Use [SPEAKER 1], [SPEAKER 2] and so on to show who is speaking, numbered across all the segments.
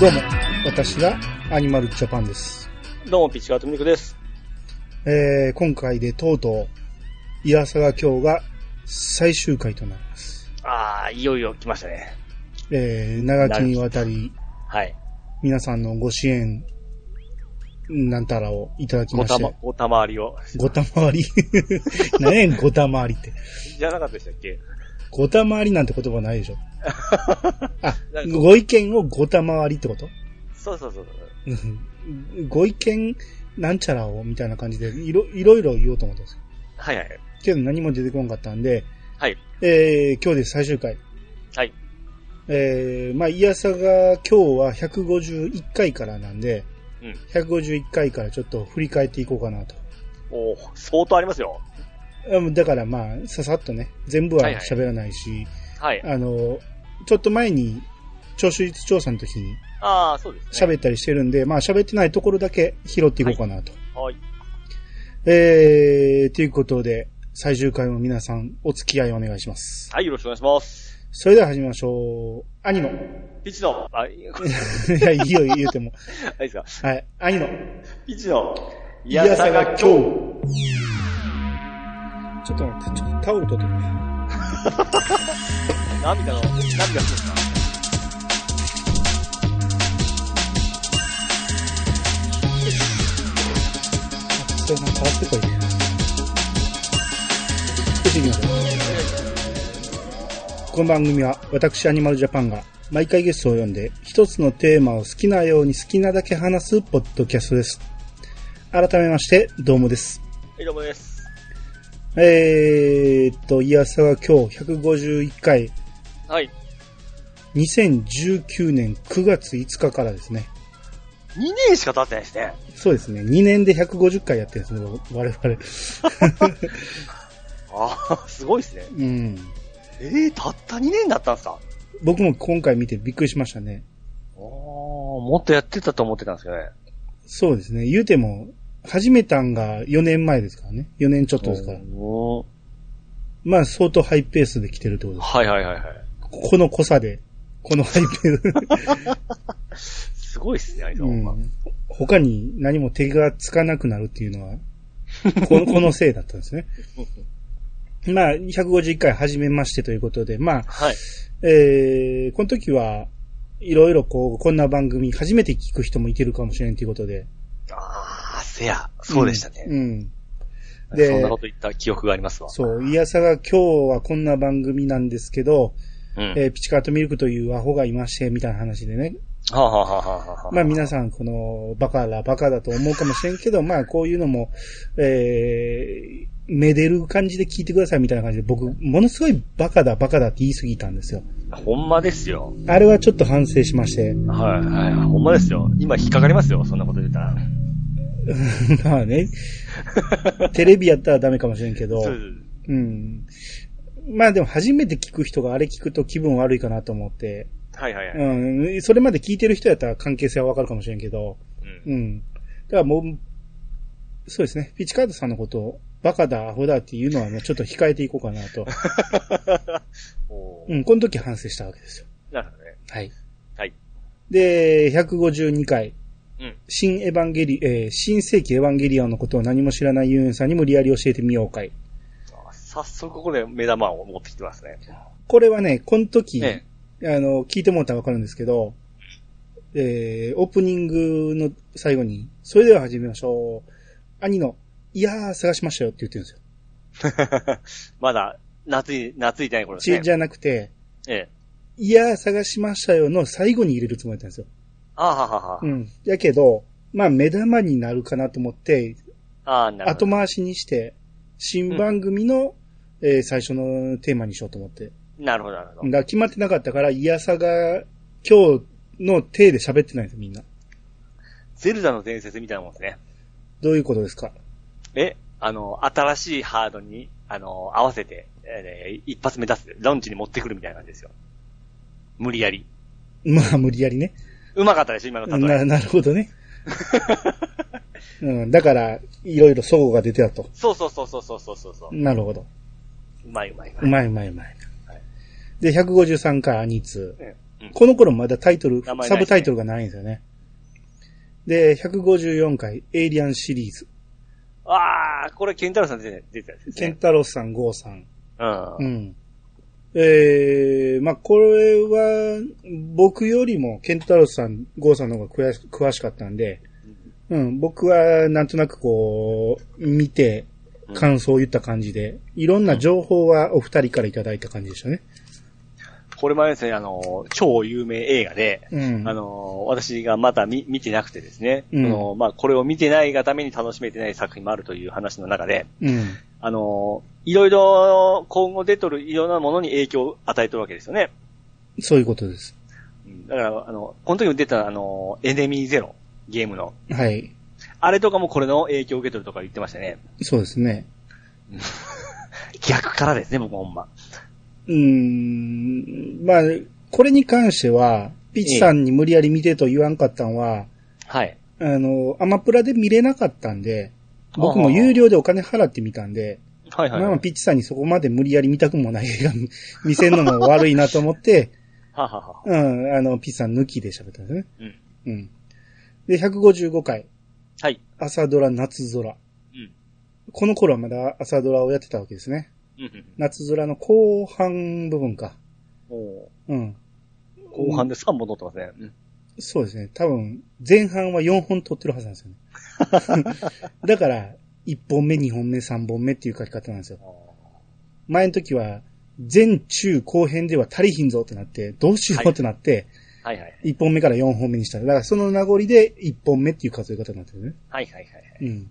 [SPEAKER 1] どうも、私がアニマルジャパンです。
[SPEAKER 2] どうも、ピッチカートミクです。
[SPEAKER 1] えー、今回でとうとう、イラサガ今日が最終回となります。
[SPEAKER 2] ああ、いよいよ来ましたね。
[SPEAKER 1] えー、長きにわたり、
[SPEAKER 2] はい。
[SPEAKER 1] 皆さんのご支援、なんたらをいただき
[SPEAKER 2] ご
[SPEAKER 1] ま
[SPEAKER 2] た
[SPEAKER 1] し
[SPEAKER 2] ま
[SPEAKER 1] て、、
[SPEAKER 2] ごたまわりを。
[SPEAKER 1] ごたまわり。 何やねん、ごたまわりって。
[SPEAKER 2] じゃなかったでしたっけ
[SPEAKER 1] ごたまわりなんて言葉ないでしょ。あ
[SPEAKER 2] なん、か
[SPEAKER 1] ご意見をごたまわりってこと
[SPEAKER 2] そうそうそうそう。
[SPEAKER 1] うんご意見なんちゃらをみたいな感じでいろいろいろ言おうと思ったんです
[SPEAKER 2] はいはい。
[SPEAKER 1] けど何も出てこなかったんで、
[SPEAKER 2] はい。
[SPEAKER 1] えー、今日で最終回。
[SPEAKER 2] はい。
[SPEAKER 1] えー、まあ、イヤサが今日は151回からなんで、
[SPEAKER 2] うん
[SPEAKER 1] 151回からちょっと振り返っていこうかなと。
[SPEAKER 2] おー相当ありますよ。
[SPEAKER 1] うんだからまあ、ささっとね、全部は
[SPEAKER 2] はいはい
[SPEAKER 1] 喋らないし、
[SPEAKER 2] はい。
[SPEAKER 1] あの、ちょっと前に、聴取率調査の時に
[SPEAKER 2] ああ、そうですね。
[SPEAKER 1] 喋ったりしてるんで、まあ喋ってないところだけ拾っていこうかなと。
[SPEAKER 2] はい。
[SPEAKER 1] えー、ということで、最終回も皆さんお付き合いお願いします。
[SPEAKER 2] はい、よろしくお願いします。
[SPEAKER 1] それでは始めましょう。 兄の。
[SPEAKER 2] ピッチの、あ、いいあ
[SPEAKER 1] いや、いいよ、言うても。
[SPEAKER 2] れですか。
[SPEAKER 1] はい。兄の。
[SPEAKER 2] ピッチの、い
[SPEAKER 1] い
[SPEAKER 2] やさが今
[SPEAKER 1] ち
[SPEAKER 2] 日。
[SPEAKER 1] ょっと待って、ちょっとタオル取ってくれ
[SPEAKER 2] 涙の、涙の、
[SPEAKER 1] それなんか洗ってこい。出てきましょうこの番組は私アニマルジャパンが毎回ゲストを呼んで一つのテーマを好きなように好きなだけ話すポッドキャストです。改めまして、どうもです。
[SPEAKER 2] はい、どうもです。
[SPEAKER 1] えーっと、いやさは今日151回、
[SPEAKER 2] はい。
[SPEAKER 1] 2019年9月5日からですね。
[SPEAKER 2] 2年しか経ってないですね。
[SPEAKER 1] そうですね。2年で150回やってるんですね、我々。
[SPEAKER 2] ああ、すごいですね。
[SPEAKER 1] うん。
[SPEAKER 2] ええたった2年だったんですか
[SPEAKER 1] 僕も今回見てびっくりしましたね。
[SPEAKER 2] おー、もっとやってたと思ってたんですけどね。
[SPEAKER 1] そうですね。言うても、始めたんが4年前ですからね。4年ちょっとですから。
[SPEAKER 2] おー
[SPEAKER 1] まあ相当ハイペースで来てるってことです。
[SPEAKER 2] はいはいはいはい。
[SPEAKER 1] この濃さで、このハイペ ース。
[SPEAKER 2] すごいっすね、あいつは。
[SPEAKER 1] うん、他に何も手がつかなくなるっていうのは、このこ のせいだったんですね。まあ、151回始めましてということで、まあ、
[SPEAKER 2] はい。
[SPEAKER 1] えー、この時は、いろいろこう、こんな番組、初めて聞く人もいてるかもしれんということで。
[SPEAKER 2] ああ、せや。そうでした
[SPEAKER 1] う
[SPEAKER 2] ね。
[SPEAKER 1] ん。うんで
[SPEAKER 2] そんなこと言った記憶がありますわ。
[SPEAKER 1] そう、いやさが今日はこんな番組なんですけど、
[SPEAKER 2] うん。
[SPEAKER 1] えーピチカートミルクというアホがいまして、みたいな話でね。
[SPEAKER 2] はあ、はあはあはあはあ、
[SPEAKER 1] まあ皆さん、この、バカらバカだと思うかもしれんけど、まあこういうのも、えー、めでる感じで聞いてくださいみたいな感じで、僕、ものすごいバカだバカだって言い過ぎたんですよ。
[SPEAKER 2] ほんまですよ。
[SPEAKER 1] あれはちょっと反省しまして、
[SPEAKER 2] はいはい。ほんまですよ。今引っかかりますよ、そんなこと言ったら。
[SPEAKER 1] まあ ね、テレビやったらダメかもしれんけど、
[SPEAKER 2] そう
[SPEAKER 1] うん。まあでも初めて聞く人があれ聞くと気分悪いかなと思って、
[SPEAKER 2] はいはいはい。
[SPEAKER 1] うん、それまで聞いてる人やったら関係性はわかるかもしれんけど、
[SPEAKER 2] うん
[SPEAKER 1] うん。だからもう、そうですね、ピチカードさんのことを、バカだ、アホだっていうのはもうちょっと控えていこうかな と。
[SPEAKER 2] おー
[SPEAKER 1] うん、この時反省したわけですよ。
[SPEAKER 2] なるほどね。
[SPEAKER 1] はい。
[SPEAKER 2] はい。
[SPEAKER 1] で、152回。
[SPEAKER 2] うん
[SPEAKER 1] 新エヴァンゲリ、えー新世紀エヴァンゲリオンのことを何も知らないユーンさんに無理やり教えてみようかい。
[SPEAKER 2] あー早速ここで目玉を持ってきてますね。
[SPEAKER 1] これはね、この時、
[SPEAKER 2] ね
[SPEAKER 1] あの、聞いてもらったらわかるんですけど、えー、オープニングの最後に、それでは始めましょう。兄の、いやー、探しましたよって言ってるんですよ。
[SPEAKER 2] まだ、夏い、夏いてない頃です
[SPEAKER 1] ち
[SPEAKER 2] ね。
[SPEAKER 1] じゃなくて、
[SPEAKER 2] ええ。
[SPEAKER 1] いやー、探しましたよの最後に入れるつもりだったんですよ。
[SPEAKER 2] ああ、はあはあは
[SPEAKER 1] うん。やけど、まあ、目玉になるかなと思って、
[SPEAKER 2] あ。ああ、なるほ
[SPEAKER 1] 後
[SPEAKER 2] ど。
[SPEAKER 1] 回しにして、新番組の、えー最初のテーマにしようと思って。
[SPEAKER 2] なるほど、なるほ
[SPEAKER 1] だか
[SPEAKER 2] ど。
[SPEAKER 1] ら決まってなかったから、いやさが、今日の体で喋ってないんですよ、みんな。
[SPEAKER 2] ゼルダの伝説みたいなもんですね。
[SPEAKER 1] どういうことですか
[SPEAKER 2] え、あの、新しいハードに、あの、合わせて、えー一発目出す、ラウンチに持ってくるみたいな感じですよ。無理やり。
[SPEAKER 1] まあ、無理やりね。
[SPEAKER 2] うまかったでしょ、今の例え。
[SPEAKER 1] な、なるほどね。うん、だから、いろいろ相互が出てたと。
[SPEAKER 2] そうそうそうそうそうそうそうそう。
[SPEAKER 1] なるほど。
[SPEAKER 2] うまいうまいううま
[SPEAKER 1] まい
[SPEAKER 2] い。
[SPEAKER 1] うまいうまい
[SPEAKER 2] はい。
[SPEAKER 1] で、153回アニツ
[SPEAKER 2] ええうん
[SPEAKER 1] この頃まだタイトル、
[SPEAKER 2] 名前ないです
[SPEAKER 1] サ
[SPEAKER 2] ね
[SPEAKER 1] ブタイトルがないんですよね。で、154回、エイリアンシリーズ。
[SPEAKER 2] あー、これ、ケンタロウさん出て出てたやつです
[SPEAKER 1] ケ
[SPEAKER 2] ね
[SPEAKER 1] ン。タロスさん、ゴーさん。
[SPEAKER 2] うん
[SPEAKER 1] う。ん。ええまあ、これは、僕よりも、ケンタロスさん、ゴーさんの方が詳し詳しかったんで、うん、僕はなんとなくこう、見て、感想を言った感じで、いろんな情報はお二人からいただいた感じでしたね。
[SPEAKER 2] これ前ですね、あの、超有名映画で、
[SPEAKER 1] うん。
[SPEAKER 2] あの、私がまだ見見てなくてですね、
[SPEAKER 1] うん
[SPEAKER 2] あのまあ、これを見てないがために楽しめてない作品もあるという話の中で、
[SPEAKER 1] うん。
[SPEAKER 2] あの、いろいろ今後出とるいろんなものに影響を与えてるわけですよね。
[SPEAKER 1] そういうことです。
[SPEAKER 2] うんだから、あの、この時出たあの、エネミーゼロ、ゲームの。
[SPEAKER 1] はい。
[SPEAKER 2] あれとかもこれの影響を受け取るとか言ってましたね。
[SPEAKER 1] そうですね。
[SPEAKER 2] 逆からですね、僕ほんま。
[SPEAKER 1] うーん。まあ、これに関しては、ピチさんに無理やり見てと言わんかったんは、
[SPEAKER 2] はい。
[SPEAKER 1] あの、アマプラで見れなかったんで、僕
[SPEAKER 2] あ
[SPEAKER 1] も
[SPEAKER 2] あ
[SPEAKER 1] 有料でお金払ってみたんで、
[SPEAKER 2] はいはい。
[SPEAKER 1] ま
[SPEAKER 2] は
[SPEAKER 1] あ、ピッチさんにそこまで無理やり見たくもない映画 見せるのも悪いなと思って、
[SPEAKER 2] はは。
[SPEAKER 1] うん、あの、ピッチさん抜きで喋ったんですね。
[SPEAKER 2] うん。
[SPEAKER 1] うん。で、155回、
[SPEAKER 2] はい。
[SPEAKER 1] 朝ドラ、夏空。
[SPEAKER 2] うん。
[SPEAKER 1] この頃はまだ朝ドラをやってたわけですね。
[SPEAKER 2] うんうんうん。
[SPEAKER 1] 夏空の後半部分か。
[SPEAKER 2] お
[SPEAKER 1] うん。
[SPEAKER 2] ー後半で3本撮ってますね。うん。
[SPEAKER 1] そうですね。多分、前半は4本撮ってるはずなんですよね。 だから、1本目、2本目、3本目っていう書き方なんですよ。前の時は、前中後編では足りひんぞってなって、どうしようってなって、
[SPEAKER 2] はいはい。
[SPEAKER 1] 1本目から4本目にした。だからその名残で1本目っていう数え方になってるね。
[SPEAKER 2] はいはいはい。
[SPEAKER 1] うん。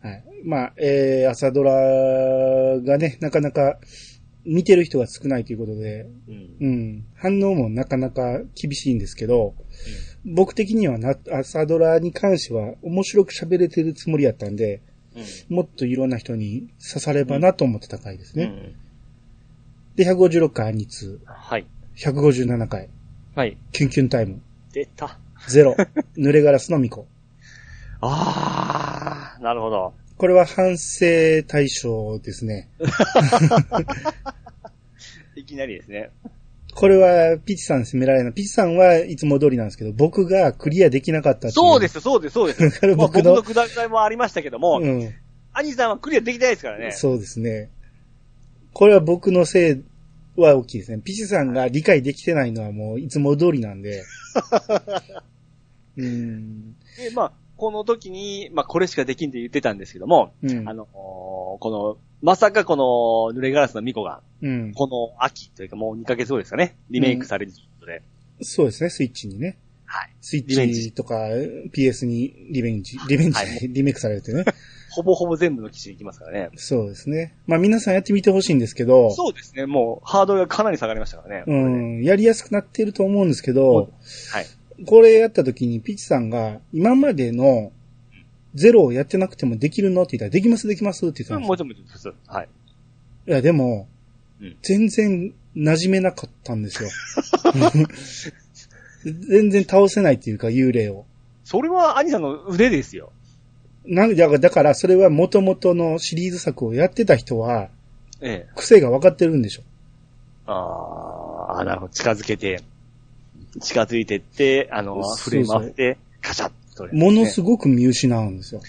[SPEAKER 1] はい。まあ、えー、朝ドラがね、なかなか見てる人が少ないということで、
[SPEAKER 2] うん。
[SPEAKER 1] うん。反応もなかなか厳しいんですけど、僕的にはな、朝ドラに関しては面白く喋れてるつもりやったんで、
[SPEAKER 2] うん。
[SPEAKER 1] もっといろんな人に刺さればなと思ってた回ですね。
[SPEAKER 2] うん。
[SPEAKER 1] で、156回アニツ
[SPEAKER 2] はい。
[SPEAKER 1] ー、157回、
[SPEAKER 2] はい。
[SPEAKER 1] キュンキュンタイム、
[SPEAKER 2] 出た。
[SPEAKER 1] ゼ ロ、濡れガラスの巫女。
[SPEAKER 2] あー、なるほど。
[SPEAKER 1] これは反省対象ですね。
[SPEAKER 2] いきなりですね。
[SPEAKER 1] これは、ピチさん責められない。ピチさんはいつも通りなんですけど、僕がクリアできなかったってい。
[SPEAKER 2] そうですす、そうで す、そうです。
[SPEAKER 1] これ
[SPEAKER 2] まあ、
[SPEAKER 1] 僕
[SPEAKER 2] 僕
[SPEAKER 1] の
[SPEAKER 2] のくだりもありましたけども、
[SPEAKER 1] うん。
[SPEAKER 2] アニさんはクリアできてないですからね。
[SPEAKER 1] そうですね。これは僕のせいは大きいですね。ピチさんが理解できてないのはもういつも通りなんで。 うん。
[SPEAKER 2] で、まあ、この時に、まあ、これしかできんって言ってたんですけども、
[SPEAKER 1] うん
[SPEAKER 2] あの、この、まさかこの、濡れガラスのミコが、
[SPEAKER 1] うん。
[SPEAKER 2] この秋というかもう2ヶ月後ですかね、リメイクされるということで、
[SPEAKER 1] そうですね、スイッチにね。
[SPEAKER 2] はい。
[SPEAKER 1] スイッ
[SPEAKER 2] リベン
[SPEAKER 1] チ
[SPEAKER 2] ジ
[SPEAKER 1] とか PS にリベンジ、リベンジ、
[SPEAKER 2] は
[SPEAKER 1] リメイクされてね。
[SPEAKER 2] ほぼほぼ全部の機種いきますからね。
[SPEAKER 1] そうですね。まあ皆さんやってみてほしいんですけど、
[SPEAKER 2] そうですね、もう、ハードルがかなり下がりましたからね。こ
[SPEAKER 1] う
[SPEAKER 2] れね
[SPEAKER 1] ん、やりやすくなってると思うんですけど、
[SPEAKER 2] はい。
[SPEAKER 1] これやった時にピチさんが今までのゼロをやってなくてもできるのって言ったら、できますできますって言ったんです
[SPEAKER 2] も
[SPEAKER 1] よ
[SPEAKER 2] ちろん、もちろん、普通。はい。
[SPEAKER 1] いや、でも、
[SPEAKER 2] うん
[SPEAKER 1] 全然馴染めなかったんですよ。 全然倒せないっていうか、幽霊を。
[SPEAKER 2] それは、アニさんの腕ですよ。
[SPEAKER 1] なんだから、だからそれは元々のシリーズ作をやってた人は、
[SPEAKER 2] ええ。
[SPEAKER 1] 癖が分かってるんでしょ。
[SPEAKER 2] ああ、なるほど。近づけて、近づいてって、あの、
[SPEAKER 1] そうそう
[SPEAKER 2] 触れ回って、カシャッと取れ
[SPEAKER 1] も
[SPEAKER 2] るん
[SPEAKER 1] の
[SPEAKER 2] です
[SPEAKER 1] すごく見失うんですよ。
[SPEAKER 2] ね、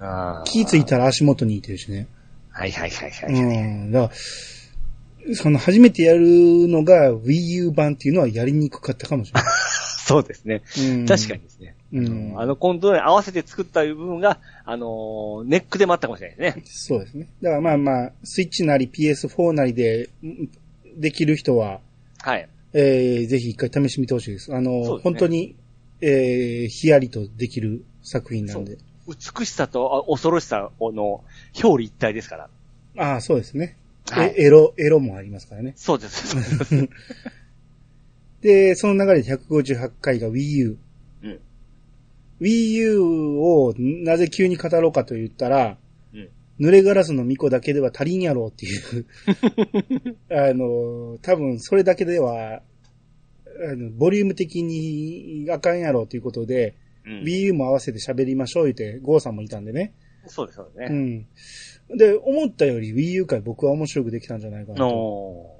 [SPEAKER 2] あー
[SPEAKER 1] 気づい。たら足元にいてるしね。
[SPEAKER 2] はいはいはいは
[SPEAKER 1] う
[SPEAKER 2] い。
[SPEAKER 1] ん。だから、その初めてやるのが Wii U 版っていうのはやりにくかったかもしれ
[SPEAKER 2] そうですね。
[SPEAKER 1] ない。うん
[SPEAKER 2] 確かに。ですね。
[SPEAKER 1] うん
[SPEAKER 2] あの、コントローラーに合わせて作った部分が、あのーネックでもあったかもしれないです
[SPEAKER 1] そ
[SPEAKER 2] ね。
[SPEAKER 1] うですね。だからまあまあ、スイッチなり PS4 なりで、うんできる人は、
[SPEAKER 2] はい。
[SPEAKER 1] えー、ぜひ一回試してみてほしいです。あの、
[SPEAKER 2] そうですね
[SPEAKER 1] 本当に、えー、ヒヤリとできる作品なんで。
[SPEAKER 2] 美しさとあ恐ろしさの表裏一体ですから。
[SPEAKER 1] ああ、そうですね、
[SPEAKER 2] はい
[SPEAKER 1] えエロ、エロもありますからね。
[SPEAKER 2] そうです。そうです
[SPEAKER 1] で、その流れで158回が Wii U。
[SPEAKER 2] うん
[SPEAKER 1] Wii U をなぜ急に語ろうかと言ったら、
[SPEAKER 2] うん
[SPEAKER 1] 濡れガラスの巫女だけでは足りんやろうって いう。あの、多分それだけでは、あのボリューム的にあかんやろうということで、
[SPEAKER 2] うん、
[SPEAKER 1] Wii U も合わせて喋りましょう言って、ゴーさんもいたんでね。
[SPEAKER 2] そうです、そうです
[SPEAKER 1] う
[SPEAKER 2] ね。
[SPEAKER 1] ん。で、思ったより Wii U 回僕は面白くできたんじゃないかなと。
[SPEAKER 2] のー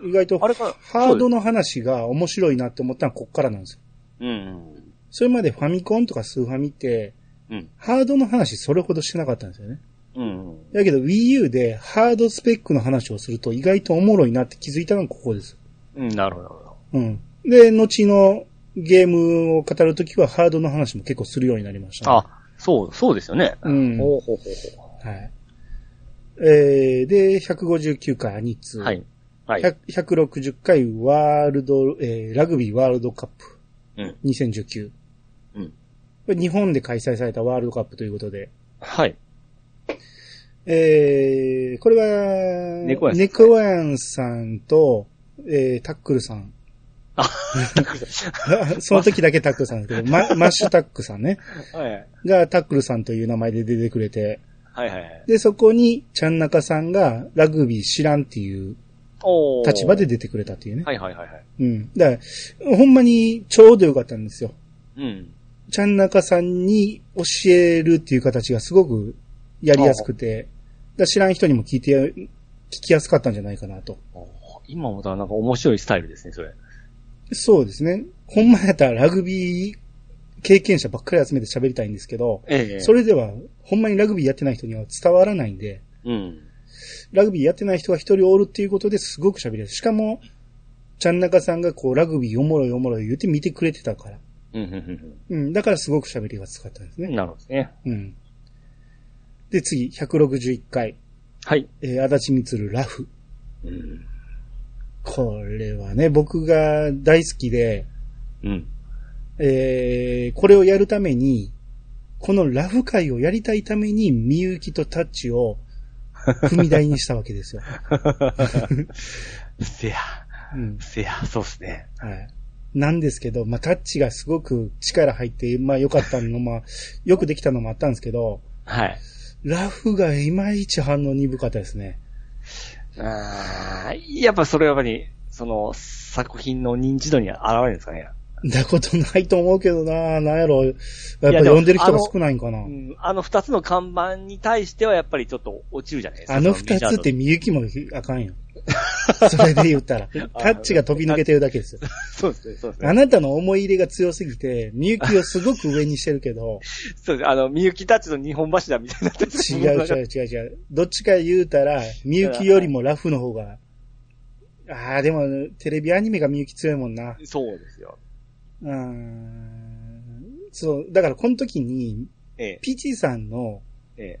[SPEAKER 1] 意外と
[SPEAKER 2] あれか
[SPEAKER 1] ハードの話が面白いなって思ったのはこっからなんですよ。
[SPEAKER 2] うん。
[SPEAKER 1] それまでファミコンとかスーファミって、
[SPEAKER 2] うん。
[SPEAKER 1] ハードの話それほどしてなかったんですよね。
[SPEAKER 2] うん。
[SPEAKER 1] だけど Wii U でハードスペックの話をすると意外とおもろいなって気づいたのがここです。
[SPEAKER 2] うん。なるほどなるほど。
[SPEAKER 1] うん。で、後のゲームを語るときはハードの話も結構するようになりましたね、
[SPEAKER 2] あ、そう、そうですよね。
[SPEAKER 1] うん
[SPEAKER 2] ほうほうほうほ
[SPEAKER 1] はい。えー、で、159回アニツ。
[SPEAKER 2] う。はい。はい。
[SPEAKER 1] 100 160回ワールド、えーラグビーワールドカップ
[SPEAKER 2] うん。
[SPEAKER 1] 2019。
[SPEAKER 2] うん。
[SPEAKER 1] これ日本で開催されたワールドカップということで。
[SPEAKER 2] はい。
[SPEAKER 1] えー、これは、
[SPEAKER 2] 猫やんさん
[SPEAKER 1] 猫やんさんと、えー、タックルさん。
[SPEAKER 2] あ、
[SPEAKER 1] その時だけタックルさんですけど、ママッシュタックさんね。
[SPEAKER 2] はい。
[SPEAKER 1] がタックルさんという名前で出てくれて。
[SPEAKER 2] はいはい。
[SPEAKER 1] で、そこに、ちゃんなかさんがラグビー知らんっていう
[SPEAKER 2] おー
[SPEAKER 1] 立場で。出てくれたっていうね。
[SPEAKER 2] はいはいはいはい。
[SPEAKER 1] うん。だから、ほんまにちょうどよかったんですよ。
[SPEAKER 2] うん。
[SPEAKER 1] ちゃんなかさんに教えるっていう形がすごくやりやすくて、だから知らん人にも聞いてや、聞きやすかったんじゃないかなと。
[SPEAKER 2] おー今思ったらなんか面白いスタイルですね、それ。
[SPEAKER 1] そうですね。ほんまやったらラグビー経験者ばっかり集めて喋りたいんですけど、
[SPEAKER 2] え
[SPEAKER 1] それではほんまにラグビーやってない人には伝わらないんで、
[SPEAKER 2] うん。
[SPEAKER 1] ラグビーやってない人が一人おるっていうことですごく喋れる。しかも、ちゃんなかさんがこうラグビーおもろいおもろい言って見てくれてたから。
[SPEAKER 2] うん、うん、
[SPEAKER 1] うん。だからすごく喋りやすかったんです
[SPEAKER 2] う
[SPEAKER 1] ね
[SPEAKER 2] ん。。なるほどですね。
[SPEAKER 1] うん。で、次、161回、
[SPEAKER 2] はい。
[SPEAKER 1] えー、足立みつるラフ。
[SPEAKER 2] うん。
[SPEAKER 1] これはね、僕が大好きで、
[SPEAKER 2] うん。
[SPEAKER 1] えー、これをやるために、このラフ会をやりたいために、みゆきとタッチを踏み台にしたわけ ですよ。
[SPEAKER 2] せや、
[SPEAKER 1] うん。
[SPEAKER 2] せや、そうっすね。
[SPEAKER 1] はい。なんですけど、まあ、タッチがすごく力入って、まあ、良かったのも、まあ、よくできたのもあったんですけど、
[SPEAKER 2] はい。
[SPEAKER 1] ラフがいまいち反応鈍かったですね。
[SPEAKER 2] あーやっぱそれはやっぱり、その、作品の認知度に現れるんですかね。
[SPEAKER 1] なことないと思うけどな、なんやろ。やっぱ
[SPEAKER 2] いやでも
[SPEAKER 1] 呼んでる人が少ないんかな
[SPEAKER 2] う。ん、あの二つの看板に対してはやっぱりちょっと落ちるじゃないですか。
[SPEAKER 1] あの
[SPEAKER 2] そメ
[SPEAKER 1] 二
[SPEAKER 2] ジャー
[SPEAKER 1] つ
[SPEAKER 2] の
[SPEAKER 1] ってみゆきもあかんよ。 それで言 ったら。タッチが飛び抜けてるだけですよ。
[SPEAKER 2] そうですね、そうです
[SPEAKER 1] あ
[SPEAKER 2] ね。
[SPEAKER 1] なたの思い入れが強すぎて、みゆきをすごく上にしてるけ ど、
[SPEAKER 2] そうです。あの、みゆきたちの日本柱みたいになってる
[SPEAKER 1] 違う違う違う違う。どっちか言うたら、みゆきよりもラフの方が、ああ、でも、テレビアニメがみゆき強いもんな。
[SPEAKER 2] そうですよ。
[SPEAKER 1] うーん。そう、だからこの時に、
[SPEAKER 2] え
[SPEAKER 1] ピチさんの
[SPEAKER 2] え、え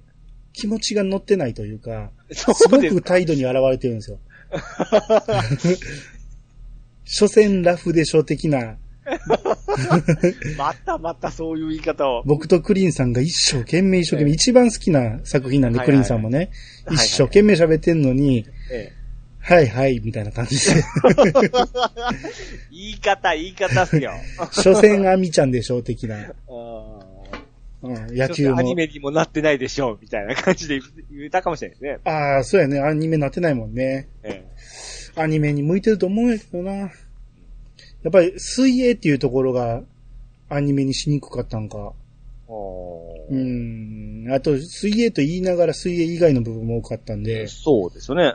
[SPEAKER 1] 気持ちが乗ってないというか、
[SPEAKER 2] え。そ
[SPEAKER 1] すご
[SPEAKER 2] うです
[SPEAKER 1] く態度に現れてるん ですよ。所詮ラフでしょ的な、
[SPEAKER 2] またまたそういう言い方を。
[SPEAKER 1] 僕とクリーンさんが一生懸命一生懸命、
[SPEAKER 2] ええ
[SPEAKER 1] 一番好きな作品なんで、
[SPEAKER 2] はい
[SPEAKER 1] ク
[SPEAKER 2] はい
[SPEAKER 1] リーン
[SPEAKER 2] はい
[SPEAKER 1] さんもね、
[SPEAKER 2] はいはい
[SPEAKER 1] 一生懸命喋ってんのに、
[SPEAKER 2] ええ
[SPEAKER 1] はいはい、みたいな感じ で、
[SPEAKER 2] 言い方、言い方っす よ。
[SPEAKER 1] 所詮アミちゃんでしょ的な、
[SPEAKER 2] あ
[SPEAKER 1] うん、野球
[SPEAKER 2] アニ
[SPEAKER 1] も。
[SPEAKER 2] メにもなってないでしょう、みたいな感じで言ったかもしれないですね。
[SPEAKER 1] ああ、そうやね、アニメなってないもんね。
[SPEAKER 2] え
[SPEAKER 1] アニメに向いてると思うんやけどな。やっぱり水泳っていうところがアニメにしにくかったんか。
[SPEAKER 2] え。お
[SPEAKER 1] う
[SPEAKER 2] ー
[SPEAKER 1] ん。あと、水泳と言いながら水泳以外の部分も多かったんで、
[SPEAKER 2] そうですよね。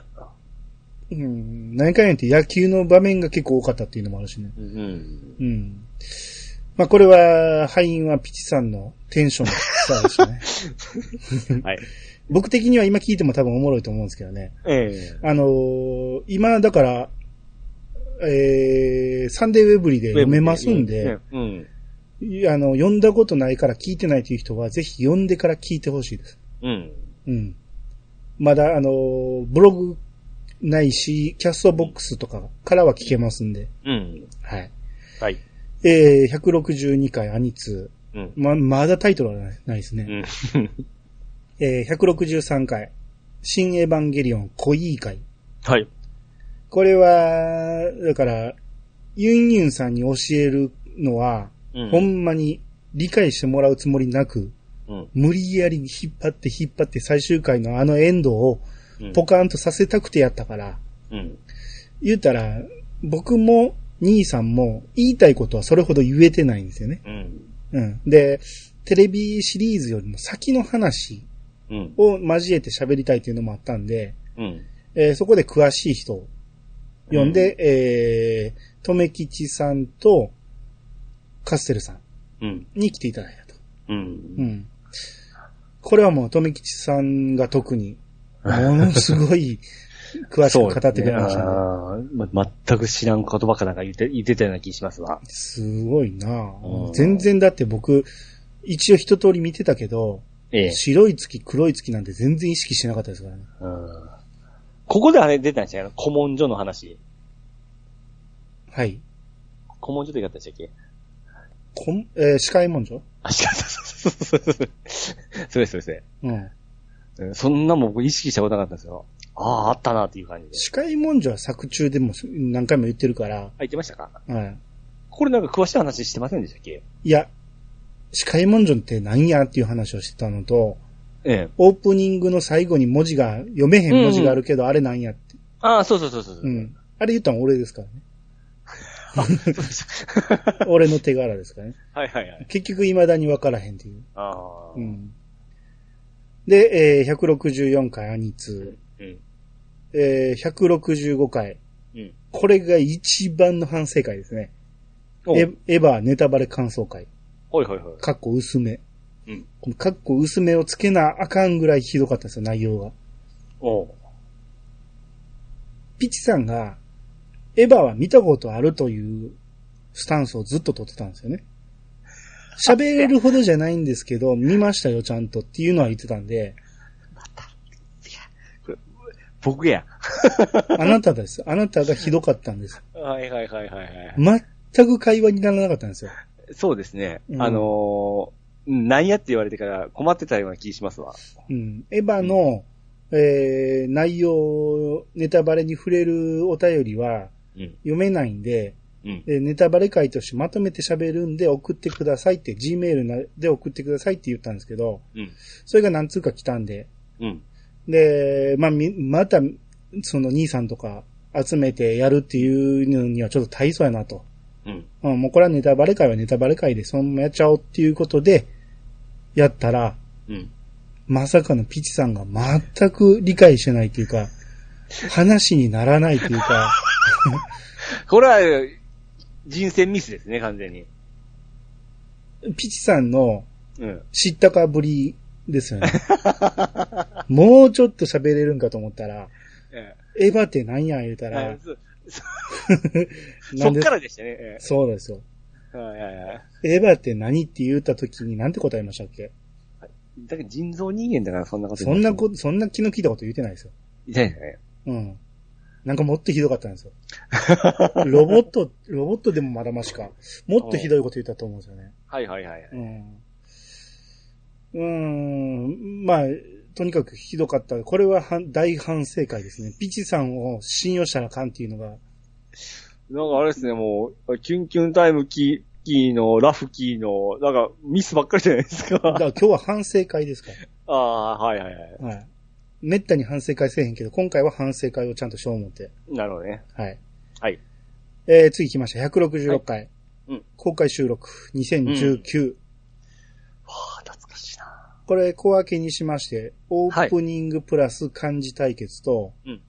[SPEAKER 1] うん。何回やって野球の場面が結構多かったっていうのもあるしね。
[SPEAKER 2] うん。
[SPEAKER 1] うん。まあ、これは、敗因はピチさんのテンションの低さで したね。
[SPEAKER 2] はい。
[SPEAKER 1] 僕的には今聞いても多分おもろいと思うんですけどね。
[SPEAKER 2] え
[SPEAKER 1] あのー今、だから、えー、サンデーウェブリで
[SPEAKER 2] え。
[SPEAKER 1] 読めますんで、。
[SPEAKER 2] うん。
[SPEAKER 1] いあの、読んだことないから聞いてないという人は、ぜひ読んでから聞いてほしいです。
[SPEAKER 2] うん。
[SPEAKER 1] うん。まだ、あのーブログないし、キャストボックスとかからは聞けますんで。
[SPEAKER 2] うん。
[SPEAKER 1] はい。
[SPEAKER 2] はい。
[SPEAKER 1] えー、162回アニツ
[SPEAKER 2] うん。
[SPEAKER 1] ま、まだタイトルはないないですね。
[SPEAKER 2] うん。
[SPEAKER 1] えー、163回、新エヴァンゲリオン濃い会。
[SPEAKER 2] はい。
[SPEAKER 1] これは、だから、ユンユンさんに教えるのは、
[SPEAKER 2] うん
[SPEAKER 1] ほんまに理解してもらうつもりなく、
[SPEAKER 2] うん。
[SPEAKER 1] 無理やり引っ張って引っ張って最終回のあのエンドを
[SPEAKER 2] うん
[SPEAKER 1] ポカーンとさせたくてやったから、
[SPEAKER 2] うん。
[SPEAKER 1] 言うたら、僕も兄さんも言いたいことはそれほど言えてないんですよね。
[SPEAKER 2] うん。
[SPEAKER 1] うん。で、テレビシリーズよりも先の話
[SPEAKER 2] うん。
[SPEAKER 1] を交えて喋りたいというのもあったんで、
[SPEAKER 2] うん。
[SPEAKER 1] えーそこで詳しい人読んで、えー、とめきちさんと、カッセルさん
[SPEAKER 2] うん。
[SPEAKER 1] に来ていただいたと。う
[SPEAKER 2] う。
[SPEAKER 1] んん。これはもう、とめきちさんが特に、ものすごい、詳しく語ってくれましたね。
[SPEAKER 2] ね。ま、全く知らん言葉かなんか言って、言ってたような気しますわ。
[SPEAKER 1] すごいなぁ
[SPEAKER 2] うん
[SPEAKER 1] 全然だって僕、一応一通り見てたけど、
[SPEAKER 2] ええ。
[SPEAKER 1] 白い月、黒い月なんて全然意識してなかったですからね。
[SPEAKER 2] うんここであれ出たんでしたっけ古文書の話。
[SPEAKER 1] はい。
[SPEAKER 2] 古文書でやったんでしたっけ
[SPEAKER 1] こん、えー、司会文書
[SPEAKER 2] あ、違う、そうそうそうそう。そうです、そうです。
[SPEAKER 1] うん。
[SPEAKER 2] うんそんなもん僕意識したことなかったんですよ。ああ、あったなっていう感じで。
[SPEAKER 1] 司会文書は作中でも何回も言ってるから、
[SPEAKER 2] あ、言ってましたか
[SPEAKER 1] うん。
[SPEAKER 2] これなんか詳しい話してませんでしたっけ
[SPEAKER 1] いや、司会文書って何やっていう話をしてたのと、
[SPEAKER 2] ええ。
[SPEAKER 1] オープニングの最後に文字が、読めへん文字があるけど、あれなんやって。
[SPEAKER 2] ああ、そうそうそうそう。
[SPEAKER 1] う。
[SPEAKER 2] うん
[SPEAKER 1] あれ言ったの俺ですからね。
[SPEAKER 2] そうでした
[SPEAKER 1] 俺の手柄ですからね。
[SPEAKER 2] はいはいはい。
[SPEAKER 1] 結局未だに分からへんっていう。
[SPEAKER 2] ああ。
[SPEAKER 1] う
[SPEAKER 2] うん。
[SPEAKER 1] ん。で、えー、164回アニツー、えー、165回。
[SPEAKER 2] うん
[SPEAKER 1] これが一番の反省会ですね。
[SPEAKER 2] お
[SPEAKER 1] エエヴァネタバレ感想会。
[SPEAKER 2] ほいほいほい。
[SPEAKER 1] かっこ薄め。
[SPEAKER 2] うん
[SPEAKER 1] このかっこ薄めをつけなあかんぐらいひどかったですよ、内容が。
[SPEAKER 2] おう
[SPEAKER 1] ピチさんが、エヴァは見たことあるというスタンスをずっと取ってたんですよね。喋れるほどじゃないんですけど、見ましたよ、ちゃんとっていうのは言ってたん で、
[SPEAKER 2] 僕や。
[SPEAKER 1] あなたです。あなたがひどかったんです。
[SPEAKER 2] はいはいはいはいはい。
[SPEAKER 1] 全く会話にならなかったんですよ。
[SPEAKER 2] そうですね。
[SPEAKER 1] うん
[SPEAKER 2] あのー、何やって言われてから困ってたような気しますわ。
[SPEAKER 1] うん。エヴァの、えー、内容、ネタバレに触れるお便りは
[SPEAKER 2] うん。
[SPEAKER 1] 読めないんで、
[SPEAKER 2] うん。
[SPEAKER 1] でネタバレ会としてまとめて喋るんで送ってくださいって、Gmail で送ってくださいって言ったんですけど、
[SPEAKER 2] うん。
[SPEAKER 1] それが何通か来たんで、
[SPEAKER 2] うん。
[SPEAKER 1] で、まあ、みまた、その兄さんとか集めてやるっていうのにはちょっと大層やなと。
[SPEAKER 2] うん。
[SPEAKER 1] うん、もうこれはネタバレ会はネタバレ会でそのままやっちゃおうっていうことで、やったら、
[SPEAKER 2] うん。
[SPEAKER 1] まさかのピチさんが全く理解してないというか、話にならないというか、
[SPEAKER 2] これは、人選ミスですね、完全に。
[SPEAKER 1] ピチさんの
[SPEAKER 2] うん。
[SPEAKER 1] 知ったかぶりですよ ね。もうちょっと喋れるんかと思ったら、
[SPEAKER 2] え
[SPEAKER 1] エヴァってなんや言うた
[SPEAKER 2] え
[SPEAKER 1] ら、
[SPEAKER 2] はいそ
[SPEAKER 1] な
[SPEAKER 2] そ
[SPEAKER 1] ん
[SPEAKER 2] っ
[SPEAKER 1] で
[SPEAKER 2] からでしたね。え
[SPEAKER 1] そうですよ。
[SPEAKER 2] えはいはいはい。
[SPEAKER 1] エヴァって何って言った時に何て答えましたっけ
[SPEAKER 2] だけど人造人間だからそんなこと
[SPEAKER 1] そんなこと、そんな気の利いたこと言ってないですよ。
[SPEAKER 2] 言ってないです
[SPEAKER 1] う
[SPEAKER 2] ね。
[SPEAKER 1] ん。なんかもっとひどかったんですよ。 ロボット、ロボットでもまだましか。もっとひどいこと言ったと思うんですよね。
[SPEAKER 2] はいはいはいはい。
[SPEAKER 1] うん。うーん。まあ、とにかくひどかった。これははん大反省会ですね。ピチさんを信用したらあかんっていうのが、
[SPEAKER 2] なんかあれですね、もう、キュンキュンタイムキー、キーの、ラフキーの、なんか、ミスばっかりじゃないです
[SPEAKER 1] だか
[SPEAKER 2] か。
[SPEAKER 1] ら今日は反省会ですか
[SPEAKER 2] あ あ、はいはいはい。
[SPEAKER 1] ら。はい。めったに反省会せえへんけど、今回は反省会をちゃんとしよう思って。
[SPEAKER 2] なるほどね。
[SPEAKER 1] はい。
[SPEAKER 2] はい。
[SPEAKER 1] えー、次行きました。166回。
[SPEAKER 2] うん
[SPEAKER 1] 公開収録2019。
[SPEAKER 2] はあ、懐かしいな。
[SPEAKER 1] これ小分けにしまして、オープニングプラス漢字対決と、
[SPEAKER 2] うん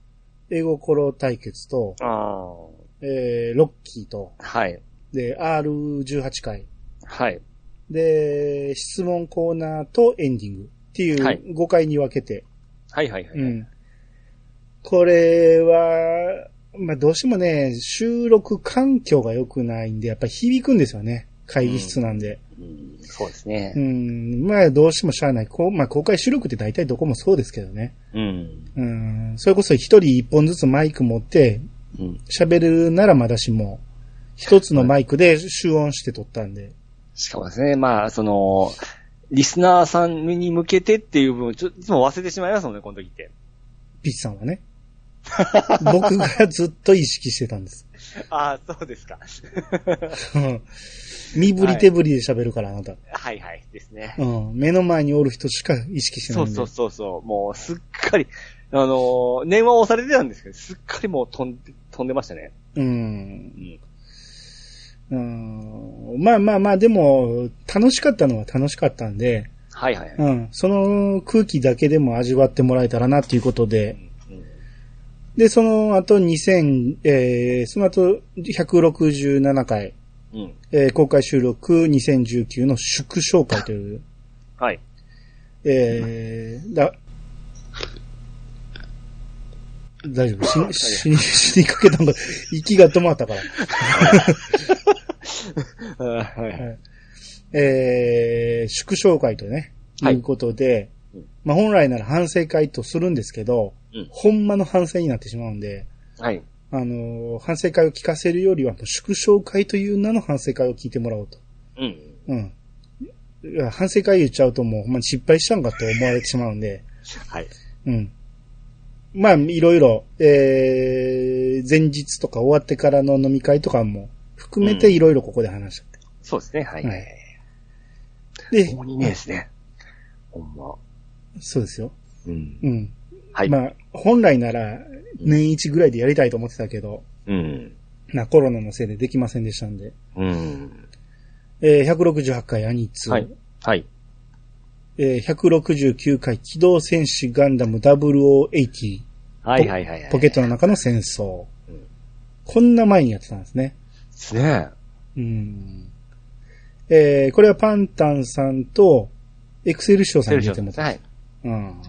[SPEAKER 1] 英語コロ対決と、
[SPEAKER 2] ああ、
[SPEAKER 1] えー、ロッキーと、
[SPEAKER 2] はい。
[SPEAKER 1] で、R18 回。
[SPEAKER 2] はい。
[SPEAKER 1] で、質問コーナーとエンディングっていう
[SPEAKER 2] はい
[SPEAKER 1] 5回に分けて。
[SPEAKER 2] はいはいはい。
[SPEAKER 1] うん。これは、まあ、どうしてもね、収録環境が良くないんで、やっぱ響くんですよね。会議室なんで。
[SPEAKER 2] うんそうですね
[SPEAKER 1] う。ん、まあどうしてもしゃあない。こうまあ公開収録って大体どこもそうですけどね。
[SPEAKER 2] うん。
[SPEAKER 1] うん、それこそ一人一本ずつマイク持って
[SPEAKER 2] うん。
[SPEAKER 1] 喋るならまだしも、一つのマイクで集音して撮ったんで。
[SPEAKER 2] しかもですね、まあ、その、リスナーさんに向けてっていう部分、ちょいつも忘れてしまいますもんね、この時って。
[SPEAKER 1] ピッチさんはね。 僕がずっと意識してたんです。
[SPEAKER 2] ああ、そうですか。
[SPEAKER 1] 身振り手振りで喋るから、あなた、
[SPEAKER 2] はいはい、ですね。
[SPEAKER 1] うん。目の前におる人しか意識してな
[SPEAKER 2] そ
[SPEAKER 1] い
[SPEAKER 2] うん
[SPEAKER 1] で。
[SPEAKER 2] そうそうそう、もうすっかり、あのー、念は押されてたんですけど、すっかりもう飛んで、飛んでましたね。
[SPEAKER 1] うん
[SPEAKER 2] う。ん。
[SPEAKER 1] うん。まあまあまあ、でも、楽しかったのは楽しかったんで、
[SPEAKER 2] はいはいはい。
[SPEAKER 1] うん。その空気だけでも味わってもらえたらなっていうこと
[SPEAKER 2] う
[SPEAKER 1] で、
[SPEAKER 2] んうん
[SPEAKER 1] で、その後2000、えー、その後167回、
[SPEAKER 2] うん。
[SPEAKER 1] えー公開収録2019の祝勝会という、
[SPEAKER 2] はい。
[SPEAKER 1] えー、だ、大丈 夫死に、死に、 死にかけたのが、息が止まったから。
[SPEAKER 2] はい。
[SPEAKER 1] えー、祝勝会とね、い
[SPEAKER 2] はいう
[SPEAKER 1] ことで、
[SPEAKER 2] うん
[SPEAKER 1] まあ本来なら反省会とするんですけど、
[SPEAKER 2] うん
[SPEAKER 1] ほんまの反省になってしまうんで、
[SPEAKER 2] はい。
[SPEAKER 1] あのー反省会を聞かせるよりは、もう祝勝会という名の反省会を聞いてもらおうと。
[SPEAKER 2] うん。
[SPEAKER 1] うん。いや反省会言っちゃうともうほんまに失敗したんかと思われてしまうんで、
[SPEAKER 2] はい。
[SPEAKER 1] うん。まあ、いろいろ、えー、前日とか終わってからの飲み会とかも含めて
[SPEAKER 2] うん
[SPEAKER 1] いろいろここで話した。
[SPEAKER 2] そうですね、はい。
[SPEAKER 1] は
[SPEAKER 2] はいい、
[SPEAKER 1] で、
[SPEAKER 2] ここにねですね。ほんま。
[SPEAKER 1] そうですよ。
[SPEAKER 2] うん。
[SPEAKER 1] うん。
[SPEAKER 2] はい。
[SPEAKER 1] まあ、本来なら年一ぐらいでやりたいと思ってたけど、
[SPEAKER 2] うん。
[SPEAKER 1] な、コロナのせいでできませんでしたんで。
[SPEAKER 2] うん。
[SPEAKER 1] えー、168回アニツー、
[SPEAKER 2] はい。はい。
[SPEAKER 1] えー、169回機動戦士ガンダム0080、
[SPEAKER 2] はいはいはいはい。
[SPEAKER 1] ポケット
[SPEAKER 2] で
[SPEAKER 1] の中の戦争。
[SPEAKER 2] うん
[SPEAKER 1] こんな前にやってたんですね。
[SPEAKER 2] すね。
[SPEAKER 1] うん。えー、これはパンタンさんと、エクセル賞さんに出てもらった。
[SPEAKER 2] はい。
[SPEAKER 1] うん。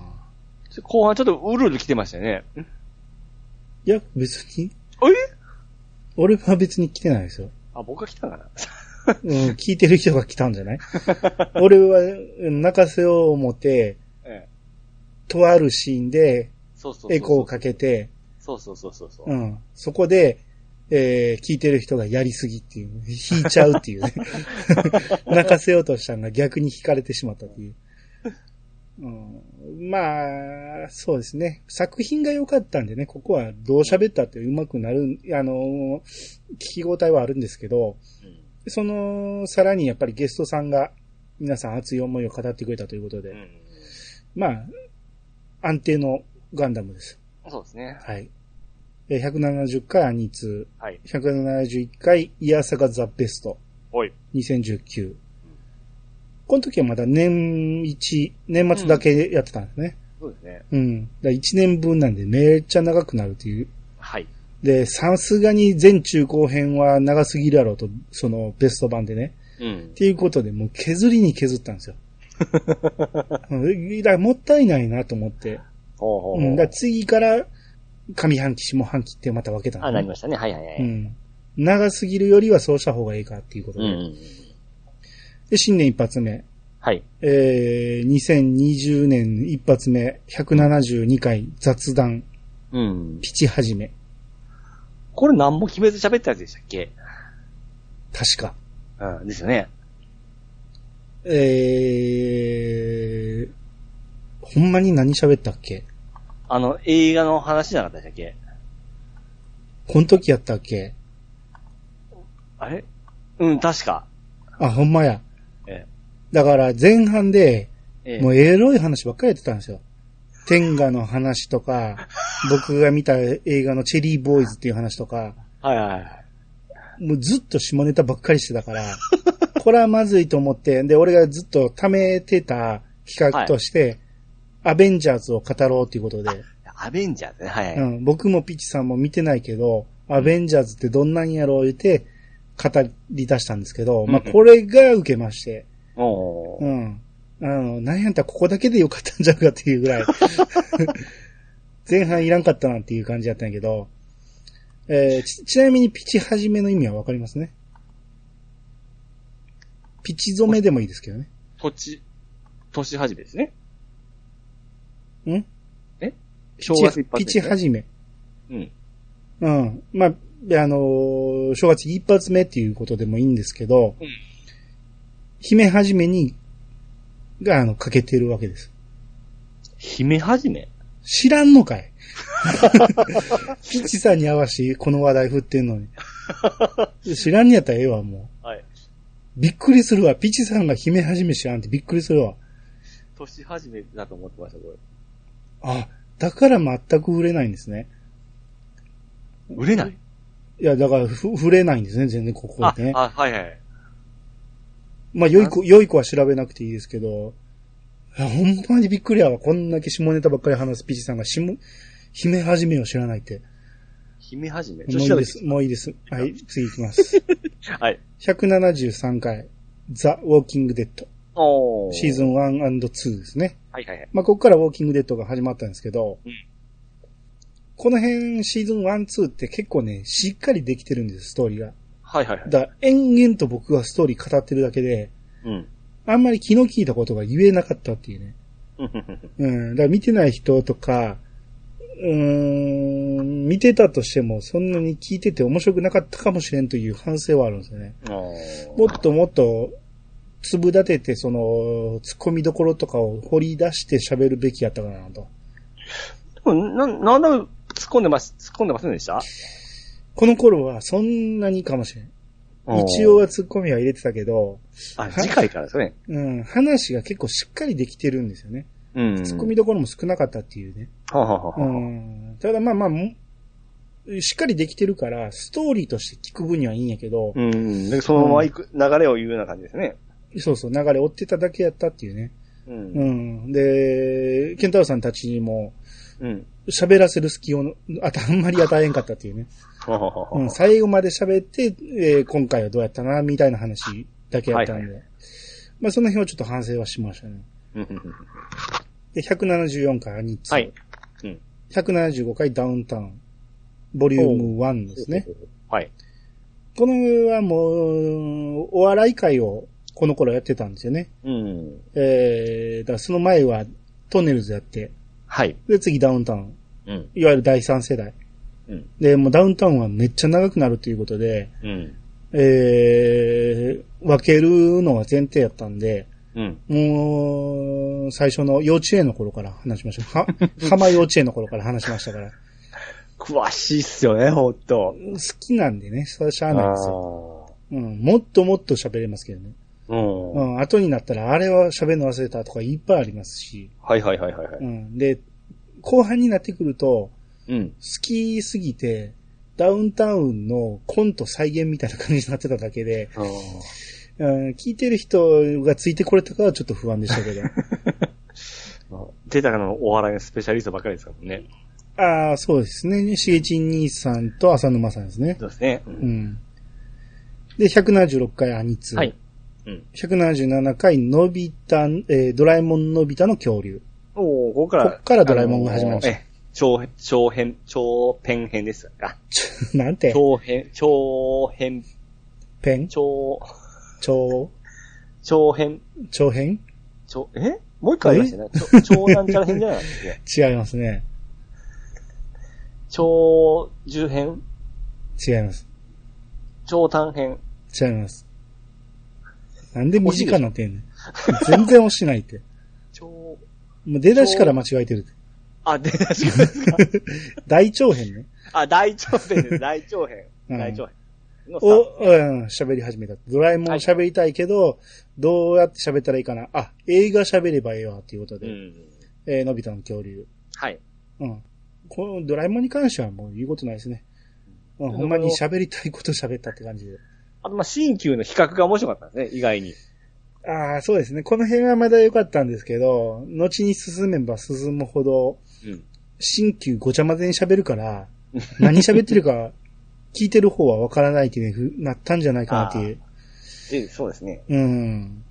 [SPEAKER 2] ちょ後半ちょっとうるうる来てましたよね。ん
[SPEAKER 1] いや、別に、
[SPEAKER 2] おい
[SPEAKER 1] 俺は別に来てないです よ。
[SPEAKER 2] あ、僕が来たかな。
[SPEAKER 1] うん、聞いてる人が来たんじゃない俺は、うん泣かせを持って、
[SPEAKER 2] ええ
[SPEAKER 1] とあるシーンで、
[SPEAKER 2] そうそうそう。
[SPEAKER 1] エコーをかけて、
[SPEAKER 2] そうそうそうそうそう。
[SPEAKER 1] うん。そこで、えー、聞いてる人がやりすぎっていう、引いちゃうっていうね。 泣かせようとしたのが逆に引かれてしまったっていう。うん、まあ、そうですね。作品が良かったんでね、ここはどう喋ったって上手くなる、あのー聞き応えはあるんですけど、その、さらにやっぱりゲストさんが皆さん熱い思いを語ってくれたということ
[SPEAKER 2] う
[SPEAKER 1] で、
[SPEAKER 2] ん。
[SPEAKER 1] まあ、安定のガンダムです。
[SPEAKER 2] そうですね。
[SPEAKER 1] はい。えー170回アニツ
[SPEAKER 2] はい。
[SPEAKER 1] ー、171回イヤサガザベスト
[SPEAKER 2] おい。
[SPEAKER 1] 2019。この時はまだ年一、年末だけやってたんですね。
[SPEAKER 2] そうですね。
[SPEAKER 1] うん。だ1年分なんでめっちゃ長くなるという。
[SPEAKER 2] はい。
[SPEAKER 1] で、さすがに全中後編は長すぎるやろうと、そのベスト版でね。
[SPEAKER 2] うん
[SPEAKER 1] っ。ていうことで、もう削りに削ったんですよ。うんだからもったいないなと思って。
[SPEAKER 2] ほうほう
[SPEAKER 1] う
[SPEAKER 2] ほ
[SPEAKER 1] ん。だ
[SPEAKER 2] う
[SPEAKER 1] から次から上半期、下半期ってまた分けたんです
[SPEAKER 2] あ、
[SPEAKER 1] ね
[SPEAKER 2] なりましたね。はいはいは
[SPEAKER 1] う
[SPEAKER 2] い。
[SPEAKER 1] ん。長すぎるよりはそうした方がいいかっていうこと
[SPEAKER 2] うん
[SPEAKER 1] で。
[SPEAKER 2] うん。
[SPEAKER 1] で、新年一発目。
[SPEAKER 2] はい。
[SPEAKER 1] えー、2020年一発目、172回雑談、
[SPEAKER 2] うん。
[SPEAKER 1] ピチ始め。
[SPEAKER 2] これ何も決めず喋ったやつでしたっけ
[SPEAKER 1] 確か。
[SPEAKER 2] うん。ですよね。
[SPEAKER 1] えー、ほんまに何喋ったっけ
[SPEAKER 2] あの、映画の話じゃなかったでしたっけ
[SPEAKER 1] この時やったっけ
[SPEAKER 2] あれうん、確か。
[SPEAKER 1] あ、ほんまや。
[SPEAKER 2] え
[SPEAKER 1] だから前半で、
[SPEAKER 2] えええ
[SPEAKER 1] もうエロい話ばっかりやってたんですよ。天下の話とか、僕が見た映画のチェリーボーイズっていう話とか、
[SPEAKER 2] はいはいはい。
[SPEAKER 1] もうずっと下ネタばっかりしてたから、 これはまずいと思って、で、俺がずっと貯めてた企画として、アベンジャーズを語ろうということで、
[SPEAKER 2] アベンジャーズね。はいうはい。
[SPEAKER 1] ん、僕もピッチさんも見てないけど、アベンジャーズってどんなんやろう言って、語り出したんですけど、まあ、
[SPEAKER 2] うんうん
[SPEAKER 1] これが受けまして、
[SPEAKER 2] お
[SPEAKER 1] う
[SPEAKER 2] ー
[SPEAKER 1] ん。あの、なんやったらここだけでよかったんじゃうかっていうぐらい。 前半いらんかったなっていう感じだったんやけど、えーち、ちなみにピチ始めの意味はわかりますね。ピチ染めでもいいですけどね。
[SPEAKER 2] 土地、年始めですね。
[SPEAKER 1] ん
[SPEAKER 2] え
[SPEAKER 1] ピチ、
[SPEAKER 2] 正月一発目
[SPEAKER 1] ピチ始め。
[SPEAKER 2] うん。
[SPEAKER 1] うん。まあ、であのー正月一発目っていうことでもいいんですけど、
[SPEAKER 2] うん
[SPEAKER 1] 姫始めに、が、あの、欠けてるわけです。
[SPEAKER 2] 姫始め
[SPEAKER 1] 知らんのかいピッチさんに合わしてこの話題振ってんのに。知らんにやったらええわ、も
[SPEAKER 2] はい。
[SPEAKER 1] う。びっくりするわ。ピッチさんが姫始め知らんってびっくりするわ。
[SPEAKER 2] 年始めだと思ってました、これ。
[SPEAKER 1] あ、だから全く売れないんですね。
[SPEAKER 2] 売れない
[SPEAKER 1] いや、だから、ふ、触れないんですね、全然ここ
[SPEAKER 2] あ
[SPEAKER 1] でね、。
[SPEAKER 2] あ、はいはい。
[SPEAKER 1] まあ、良い子、良い子は調べなくていいですけど、いやほんまにびっくりやわ。こんだけ下ネタばっかり話すピッチさんが、下、姫はじめを知らないって。
[SPEAKER 2] 姫はじめ。ち
[SPEAKER 1] も
[SPEAKER 2] ょ
[SPEAKER 1] う
[SPEAKER 2] っ
[SPEAKER 1] い
[SPEAKER 2] と調
[SPEAKER 1] い
[SPEAKER 2] べ
[SPEAKER 1] で
[SPEAKER 2] て
[SPEAKER 1] す。もういいです。はい、次行きます。
[SPEAKER 2] はい。
[SPEAKER 1] 173回、ザ・ウォーキング・デッド。
[SPEAKER 2] お
[SPEAKER 1] シーズ
[SPEAKER 2] ン。
[SPEAKER 1] ン 1&2 ですね。
[SPEAKER 2] はいはいはい。
[SPEAKER 1] まあ、ここからウォーキング・デッドが始まったんですけど、
[SPEAKER 2] うん
[SPEAKER 1] この辺シーズン1、2って結構ね、しっかりできてるんです、ストーリーが。
[SPEAKER 2] はいはいはい。
[SPEAKER 1] だから、延々と僕がストーリー語ってるだけで、
[SPEAKER 2] うん。
[SPEAKER 1] あんまり気の利いたことが言えなかったっていうね。
[SPEAKER 2] うんうんうん
[SPEAKER 1] うん。だから見てない人とか、うーん、見てたとしても、そんなに聞いてて面白くなかったかもしれんという反省はあるんですよね。
[SPEAKER 2] うんお
[SPEAKER 1] も
[SPEAKER 2] ー
[SPEAKER 1] っともっと、粒立てて、その、突っ込みどころとかを掘り出して喋るべきやったかなと。
[SPEAKER 2] でもな、なんだろう突っ込んでます、突っ込んでませんでした
[SPEAKER 1] この頃はそんなにかもしれん。一応は突っ込みは入れてたけど、
[SPEAKER 2] あ、次回からですよね。
[SPEAKER 1] うん、話が結構しっかりできてるんですよね。
[SPEAKER 2] うん。
[SPEAKER 1] 突っ込みどころも少なかったっていうね。
[SPEAKER 2] はあはあはあ
[SPEAKER 1] うん。ただまあまあ、もしっかりできてるから、ストーリーとして聞く分にはいいんやけど、
[SPEAKER 2] うん。で、そのまま行く、流れを言うような感じですね。
[SPEAKER 1] そうそう、流れ追ってただけやったっていうね。
[SPEAKER 2] う。
[SPEAKER 1] うんん。で、ケンタロウさんたちにも、
[SPEAKER 2] うん。
[SPEAKER 1] 喋らせる隙をあたあんまり与えんかったっていうね。
[SPEAKER 2] はあはあはあ
[SPEAKER 1] うん、最後まで喋って、えー今回はどうやったな、みたいな話だけやったんで。
[SPEAKER 2] はい
[SPEAKER 1] まあ、その辺をちょっと反省はしましたね。
[SPEAKER 2] うんうんうん
[SPEAKER 1] で、174回アニッツ。
[SPEAKER 2] はい。
[SPEAKER 1] 175回ダウンタウン。ボリューム1ですね。。
[SPEAKER 2] はい。
[SPEAKER 1] このはもう、お笑い会をこの頃やってたんですよね。
[SPEAKER 2] うん。
[SPEAKER 1] えー、だからその前はトンネルズやって、
[SPEAKER 2] はい。
[SPEAKER 1] で次ダウンタウン。
[SPEAKER 2] うん。
[SPEAKER 1] いわゆる第三世代。
[SPEAKER 2] うん。
[SPEAKER 1] で、もうダウンタウンはめっちゃ長くなるということで、
[SPEAKER 2] うん。
[SPEAKER 1] えー、分けるのは前提やったんで、
[SPEAKER 2] うん。
[SPEAKER 1] もう、最初の幼稚園の頃から話しました。は、浜幼稚園の頃から話しましたから。
[SPEAKER 2] 詳しいっすよね、ほんと。
[SPEAKER 1] 好きなんでね、それはしゃあないんですよ。
[SPEAKER 2] あ
[SPEAKER 1] うん、もっともっと喋れますけどね。
[SPEAKER 2] ーうん。
[SPEAKER 1] う
[SPEAKER 2] は
[SPEAKER 1] ん、後になったら、あれは喋るの忘れたとかいっぱいありますし。
[SPEAKER 2] いはいはいはいは
[SPEAKER 1] う
[SPEAKER 2] い。
[SPEAKER 1] ん、で、後半になってくると、
[SPEAKER 2] うん。
[SPEAKER 1] 好きすぎて、ダウンタウンのコント再現みたいな感じになってただけで、
[SPEAKER 2] あー
[SPEAKER 1] うん、聞いてる人がついてこれたかはちょっと不安でしたけど。
[SPEAKER 2] まあ出たかのお笑いのスペシャリストばかりですからね。
[SPEAKER 1] ああ、そうですね。しげちん兄さんと浅沼さんですね。
[SPEAKER 2] そうですね。
[SPEAKER 1] うん。で、176回アニツ。
[SPEAKER 2] はい。
[SPEAKER 1] 177回、のび太、えードラえもんのび太の恐竜。
[SPEAKER 2] おおここから。
[SPEAKER 1] ここからドラえもんが始まりました
[SPEAKER 2] あのーええ長編、長編、長編編ですか。
[SPEAKER 1] なんて、
[SPEAKER 2] 長編、長編、
[SPEAKER 1] ペン
[SPEAKER 2] 長、
[SPEAKER 1] 長、
[SPEAKER 2] 長編、
[SPEAKER 1] 長編
[SPEAKER 2] 長、えもう一回ありましたね。ちょ長なんちゃら編じゃないです ね。
[SPEAKER 1] 違いますね。
[SPEAKER 2] 長寿編、
[SPEAKER 1] 違います。
[SPEAKER 2] 長短編。
[SPEAKER 1] 違います。なんで短なってんねん。全然押しないって。
[SPEAKER 2] 長、
[SPEAKER 1] もう出だしから間違えてるって。
[SPEAKER 2] あ、出だしですか。
[SPEAKER 1] 大長編ね。
[SPEAKER 2] あ、大長 編です。大長編。
[SPEAKER 1] うん
[SPEAKER 2] 大長編。のさ
[SPEAKER 1] を、うん、喋り始めた。ドラえもん喋りたいけど、どうやって喋ったらいいかな。あ、映画喋ればええわ、っていうこと
[SPEAKER 2] う
[SPEAKER 1] で。
[SPEAKER 2] ん。
[SPEAKER 1] えーのび太の恐竜。
[SPEAKER 2] はい。
[SPEAKER 1] うん。このドラえもんに関してはもう言うことないですね。うん、ほんまに喋りたいこと喋ったって感じで。
[SPEAKER 2] あと、まあ、新旧の比較が面白かったですね、意外に。
[SPEAKER 1] ああ、そうですね。この辺はまだ良かったんですけど、後に進めば進むほど、
[SPEAKER 2] うん。
[SPEAKER 1] 新旧ごちゃ混ぜに喋るから、何喋ってるか聞いてる方はわからないっていうふうになったんじゃないかなっていう。
[SPEAKER 2] で、そうですね。
[SPEAKER 1] うん。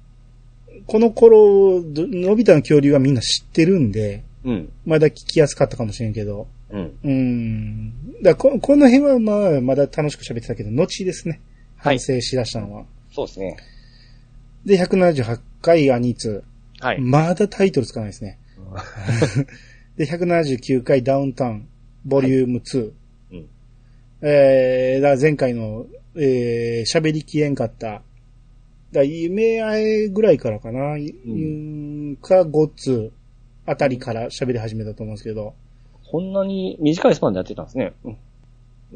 [SPEAKER 1] この頃、どのび太の恐竜はみんな知ってるんで、
[SPEAKER 2] うん。
[SPEAKER 1] まだ聞きやすかったかもしれんけど。
[SPEAKER 2] うん。
[SPEAKER 1] うん。だからこ、この辺はまあ、まだ楽しく喋ってたけど、後ですね。
[SPEAKER 2] はい
[SPEAKER 1] 反省しだしたのは。
[SPEAKER 2] そうですね。
[SPEAKER 1] で、178回アニーツ。
[SPEAKER 2] はい。
[SPEAKER 1] まだタイトルつかないですね。で、179回ダウンタウン、ボリューム2。
[SPEAKER 2] うん
[SPEAKER 1] えー、だから前回の、えー、喋りきれんかった。だ夢あえぐらいからかな、いうん、か、ごっつあたりから喋り始めたと思うんですけど、
[SPEAKER 2] こんなに短いスパンでやってたんですね。うん。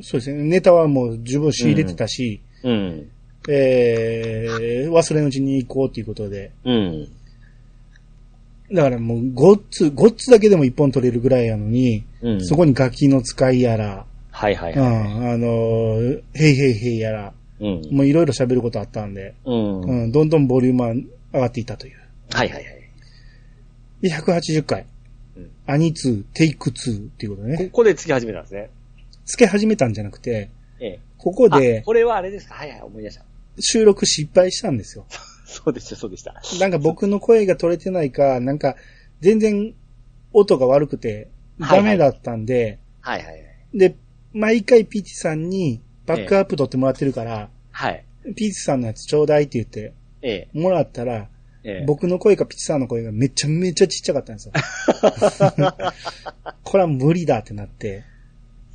[SPEAKER 1] そうですね、ネタはもう十分仕入れてたし、
[SPEAKER 2] うん。
[SPEAKER 1] えー、忘れのうちに行こうということで、
[SPEAKER 2] うん。
[SPEAKER 1] だからもうごっつ、ごっつだけでも一本取れるぐらいやのに、
[SPEAKER 2] うん。
[SPEAKER 1] そこにガキの使いやら、
[SPEAKER 2] はいはいうは
[SPEAKER 1] ん、あのー、へいへいへいやら、
[SPEAKER 2] い。うん。
[SPEAKER 1] もういろいろ喋ることあったんで、
[SPEAKER 2] うん。
[SPEAKER 1] う
[SPEAKER 2] はい
[SPEAKER 1] ん、どんどんボリュームは上がっていったという。
[SPEAKER 2] はいはい。
[SPEAKER 1] で、180回、
[SPEAKER 2] うん
[SPEAKER 1] アニツー、テイクツーっていうこと
[SPEAKER 2] こ
[SPEAKER 1] ね。
[SPEAKER 2] こでつき始めたんですね。
[SPEAKER 1] 付け始めたんじゃなくて、
[SPEAKER 2] ええ。
[SPEAKER 1] ここ
[SPEAKER 2] あ
[SPEAKER 1] で
[SPEAKER 2] これはあれですかはいはい、思い出した。
[SPEAKER 1] 収録失敗したんですよ。
[SPEAKER 2] そうでした、そうでした。
[SPEAKER 1] なんか僕の声が取れてないか、なんか全然音が悪くてダメだったんで、
[SPEAKER 2] はいはいはい。
[SPEAKER 1] で、毎回ピーチさんにバックアップ取ってもらってるから、
[SPEAKER 2] はい。
[SPEAKER 1] ピーチさんのやつちょうだいって言って
[SPEAKER 2] ええ。
[SPEAKER 1] もらったら、
[SPEAKER 2] ええ、
[SPEAKER 1] 僕の声かピチさんの声がめちゃめちゃちっちゃかったん ですよ。これは無理だってなって。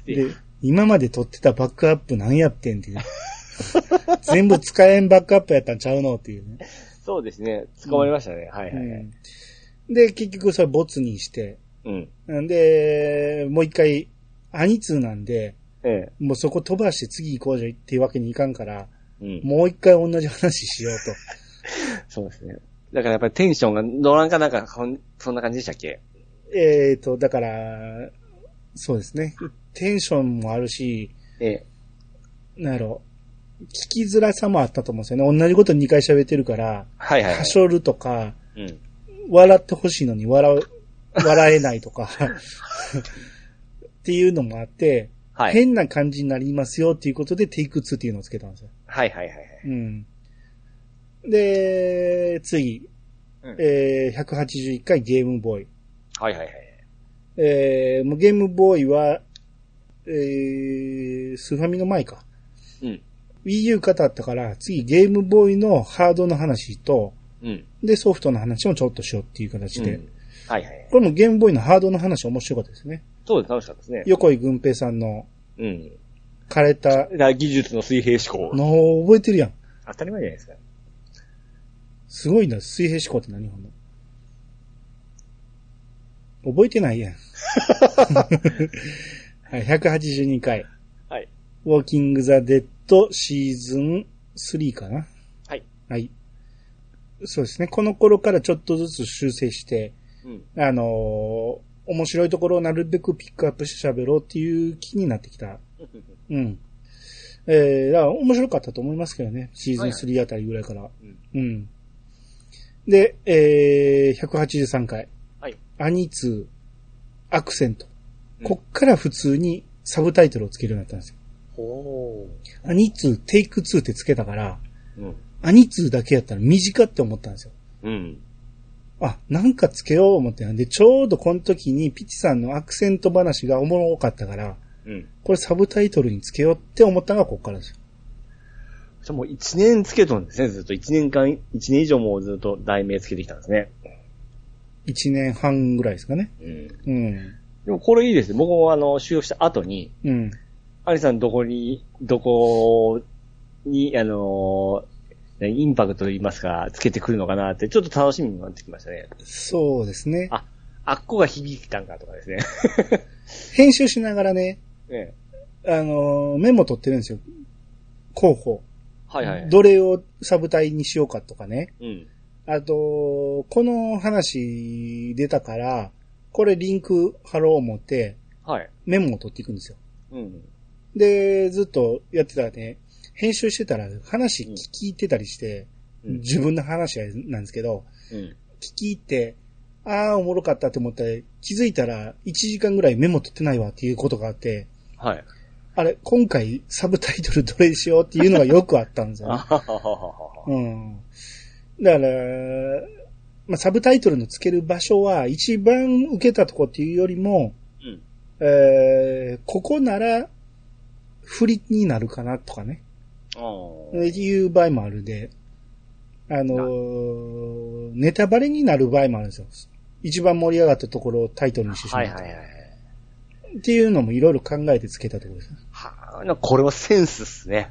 [SPEAKER 1] で、今まで撮ってたバックアップ何やってんっていう。全部使えんバックアップやったんちゃうのっていうね。
[SPEAKER 2] そうですね。捕まりましたね。はいは
[SPEAKER 1] う
[SPEAKER 2] いはい。
[SPEAKER 1] んで、結局それボツにして。
[SPEAKER 2] うん。
[SPEAKER 1] んで、もう一回、アニツーなんで、
[SPEAKER 2] ええ。
[SPEAKER 1] もうそこ飛ばして次行こうじゃっていうわけにいかんから、
[SPEAKER 2] うん。
[SPEAKER 1] もう一回同じ話しようと。
[SPEAKER 2] そうですね。だからやっぱりテンションが、どなんかなんか、こんそんな感じでしたっけ
[SPEAKER 1] えーと、だから、そうですね。テンションもあるし、
[SPEAKER 2] ええ。
[SPEAKER 1] なんやろ、聞きづらさもあったと思うんですよね。同じこと2回喋ってるから、
[SPEAKER 2] はいはいは。
[SPEAKER 1] はいしょるとか、
[SPEAKER 2] うん。
[SPEAKER 1] 笑ってほしいのに笑う、笑えないとか、っていうのもあって、
[SPEAKER 2] はい。
[SPEAKER 1] 変な感じになりますよっていうことで、テイク2っていうのをつけたんですよ。
[SPEAKER 2] はいはいはいはい。
[SPEAKER 1] うん。で、次、
[SPEAKER 2] うん
[SPEAKER 1] えー、181回ゲームボーイ。
[SPEAKER 2] はいはいはい。
[SPEAKER 1] えー、もうゲームボーイは、えー、スーファミの前か。
[SPEAKER 2] うん。
[SPEAKER 1] Wii U 語ったから、次ゲームボーイのハードの話と、
[SPEAKER 2] うん。
[SPEAKER 1] で、ソフトの話もちょっとしようっていう形で。
[SPEAKER 2] うんはいはい。
[SPEAKER 1] これもゲームボーイのハードの話面白かったですね。
[SPEAKER 2] そうです、楽しかったですね。
[SPEAKER 1] 横井軍平さんの
[SPEAKER 2] うん。
[SPEAKER 1] 枯れた
[SPEAKER 2] だから技術の水平思考。
[SPEAKER 1] のを覚えてるやん。
[SPEAKER 2] 当たり前じゃないですか。
[SPEAKER 1] すごいな、水平思考って何ほんの。覚えてないやん。はい、182回。
[SPEAKER 2] はい。
[SPEAKER 1] ウォーキングザ・デッドシーズン3かな。
[SPEAKER 2] はい。
[SPEAKER 1] はい。そうですね。この頃からちょっとずつ修正して、
[SPEAKER 2] うん。
[SPEAKER 1] あのー面白いところをなるべくピックアップして喋ろうっていう気になってきた。うん。えー、だから面白かったと思いますけどね。シーズン3あたりぐらいから。
[SPEAKER 2] うん
[SPEAKER 1] うん。で、えー、183回。
[SPEAKER 2] はい。
[SPEAKER 1] アニツー、アクセント。
[SPEAKER 2] うん
[SPEAKER 1] こっから普通にサブタイトルをつけるようになったんですよ。
[SPEAKER 2] ほ
[SPEAKER 1] アニツー、テイク2ってつけたから、
[SPEAKER 2] ー。うん。
[SPEAKER 1] アニツーだけやったら短って思ったんですよ。
[SPEAKER 2] うん。
[SPEAKER 1] あ、なんかつけよう思ってなんで、ちょうどこの時にピチさんのアクセント話がおもろかったから、
[SPEAKER 2] うん。
[SPEAKER 1] これサブタイトルにつけようって思ったのがこっからですよ。
[SPEAKER 2] じゃあもう一年つけとんですね、ずっと。一年間、一年以上もうずっと題名つけてきたんですね。
[SPEAKER 1] 1年半ぐらいですかね。
[SPEAKER 2] うん。で
[SPEAKER 1] うん。
[SPEAKER 2] もこれいいですね。僕もあの、終了した後に、
[SPEAKER 1] うん。
[SPEAKER 2] アリさんどこに、どこに、あのーインパクトと言いますか、つけてくるのかなって、ちょっと楽しみになってきましたね。
[SPEAKER 1] そうですね。
[SPEAKER 2] ああっこが響いたんかとかですね。
[SPEAKER 1] 編集しながらね、
[SPEAKER 2] ええ。
[SPEAKER 1] あのーメモ取ってるんですよ。候補。
[SPEAKER 2] はいはい。
[SPEAKER 1] どれをサブタイにしようかとかね。
[SPEAKER 2] うん。
[SPEAKER 1] あと、この話出たから、これリンク貼ろう思って、
[SPEAKER 2] はい。
[SPEAKER 1] メモを取っていくんですよ。
[SPEAKER 2] うん。
[SPEAKER 1] で、ずっとやってたらね、編集してたら話聞いてたりして、
[SPEAKER 2] うん。
[SPEAKER 1] 自分の話なんですけど、
[SPEAKER 2] うん。
[SPEAKER 1] 聞き入って、ああ、おもろかったって思ったら、気づいたら1時間ぐらいメモ取ってないわっていうことがあって、
[SPEAKER 2] はい。
[SPEAKER 1] あれ、今回サブタイトルどれにしようっていうのがよくあったんです
[SPEAKER 2] あは
[SPEAKER 1] よ。
[SPEAKER 2] ははは。
[SPEAKER 1] うん。だから、まあ、サブタイトルのつける場所は一番受けたとこっていうよりも、
[SPEAKER 2] うん。
[SPEAKER 1] えー、ここなら、振りになるかなとかね、
[SPEAKER 2] あー
[SPEAKER 1] いう場合もあるんで、あのーネタバレになる場合もあるんですよ。一番盛り上がったところをタイトルにしてしま
[SPEAKER 2] は
[SPEAKER 1] う
[SPEAKER 2] い
[SPEAKER 1] と。
[SPEAKER 2] はいはい。
[SPEAKER 1] っていうのもいろいろ考えてつけたところです。
[SPEAKER 2] はあ、なんかこれはセンスっすね。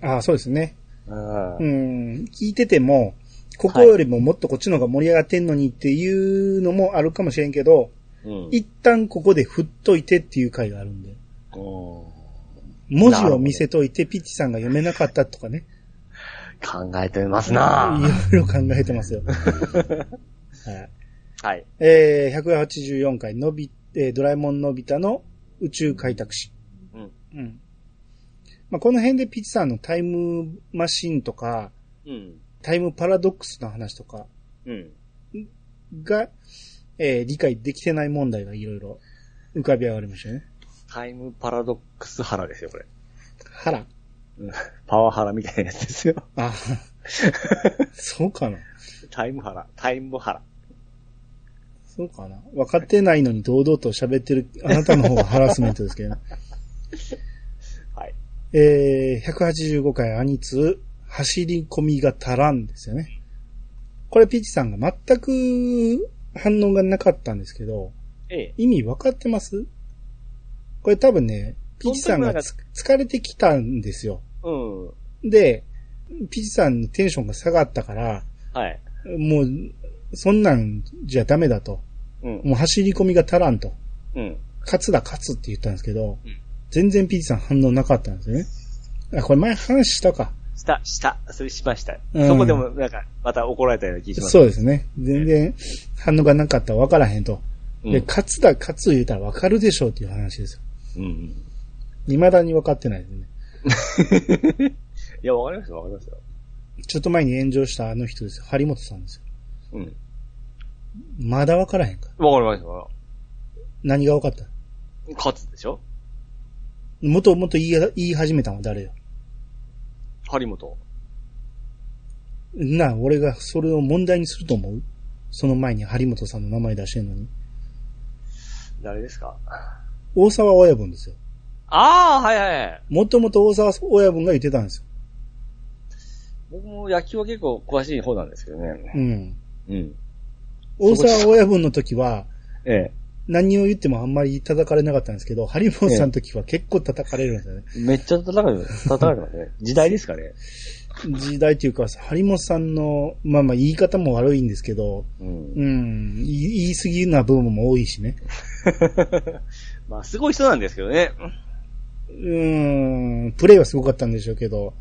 [SPEAKER 1] ああ、そうですね。
[SPEAKER 2] うん
[SPEAKER 1] う。ん、聞いてても、ここよりももっとこっちの方が盛り上がってんのにっていうのもあるかもしれんけど、
[SPEAKER 2] うん
[SPEAKER 1] 一旦ここで振っといてっていう回があるんで。
[SPEAKER 2] 考
[SPEAKER 1] 文字を見せといて、ピッチさんが読めなかったとかね。
[SPEAKER 2] えてます
[SPEAKER 1] い
[SPEAKER 2] な
[SPEAKER 1] ろいろ考えて ますよ。はい
[SPEAKER 2] はい。
[SPEAKER 1] えー、184回、のび、えードラえもんのび太の宇宙開拓史。
[SPEAKER 2] うん。
[SPEAKER 1] うん。まあ、この辺でピッチさんのタイムマシンとか、
[SPEAKER 2] うん。
[SPEAKER 1] タイムパラドックスの話とか
[SPEAKER 2] うん。
[SPEAKER 1] が、えー理解できてない問題がいろいろ浮かび上がりましたね。
[SPEAKER 2] タイムパラドックスハラですよ、これ。
[SPEAKER 1] 腹。
[SPEAKER 2] パワハラみたいなやつですよ。
[SPEAKER 1] あ、 そうかな。
[SPEAKER 2] タイムハラ。タイムハラ。
[SPEAKER 1] そうかな。分かってないのに堂々と喋ってるあなたの方がハラスメントですけどね。
[SPEAKER 2] はい。
[SPEAKER 1] えー、185回アニツ、走り込みが足らんですよね。これピーチさんが全く反応がなかったんですけど、
[SPEAKER 2] ええ。
[SPEAKER 1] 意味分かってますこれ多分ね、ピーチさんがつ疲れてきたんですよ。
[SPEAKER 2] うん。は
[SPEAKER 1] で、ピーチさんのテンションが下がったから、
[SPEAKER 2] い。
[SPEAKER 1] もう、そんなんじゃダメだと。
[SPEAKER 2] うん。
[SPEAKER 1] もう走り込みが足らんと。
[SPEAKER 2] うん。
[SPEAKER 1] 勝つだ勝つって言ったんですけど、
[SPEAKER 2] うん
[SPEAKER 1] 全然ピーチさん反応なかったんですよね。あ、これ前話したか。
[SPEAKER 2] した、した。それしました。
[SPEAKER 1] うん
[SPEAKER 2] そこでも、なんか、また怒られたような気がします。
[SPEAKER 1] そうですね。全然反応がなかったら分からへんと。
[SPEAKER 2] うん
[SPEAKER 1] で、勝つだ勝つ言うたら分かるでしょうっていう話ですよ。
[SPEAKER 2] うんうん。
[SPEAKER 1] 未だに分かってないですね。
[SPEAKER 2] いや、わかりますよ、わかりますよ。
[SPEAKER 1] ちょっと前に炎上したあの人ですよ。張本さんですよ。
[SPEAKER 2] うん。
[SPEAKER 1] まだ分からへんから。
[SPEAKER 2] わかりますよ。
[SPEAKER 1] 何が分かった
[SPEAKER 2] 勝つでしょ
[SPEAKER 1] もっともっと言い言い始めたのは誰よ。
[SPEAKER 2] 張本。
[SPEAKER 1] なあ、俺がそれを問題にすると思うその前に張本さんの名前出してんのに。
[SPEAKER 2] 誰ですか
[SPEAKER 1] 大沢親分ですよ。
[SPEAKER 2] ああ、はいはいはい。
[SPEAKER 1] もともと大沢親分が言ってたんですよ。
[SPEAKER 2] 僕も野球は結構詳しい方なんですけどね。
[SPEAKER 1] うん。
[SPEAKER 2] うん。
[SPEAKER 1] 大沢親分の時は、
[SPEAKER 2] ええ。
[SPEAKER 1] 何を言ってもあんまり叩かれなかったんですけど、ハリボンさんの時は結構叩かれるんですよね。
[SPEAKER 2] めっちゃ叩かれてます、叩かれてます ね。時代ですかね。
[SPEAKER 1] 時代というか、ハリモンさんの、まあまあ言い方も悪いんですけど、
[SPEAKER 2] うん。
[SPEAKER 1] うん、言い言い過ぎな部分も多いしね。
[SPEAKER 2] まあ、すごい人なんですけどね。
[SPEAKER 1] うん、プレイはすごかったんでしょうけど、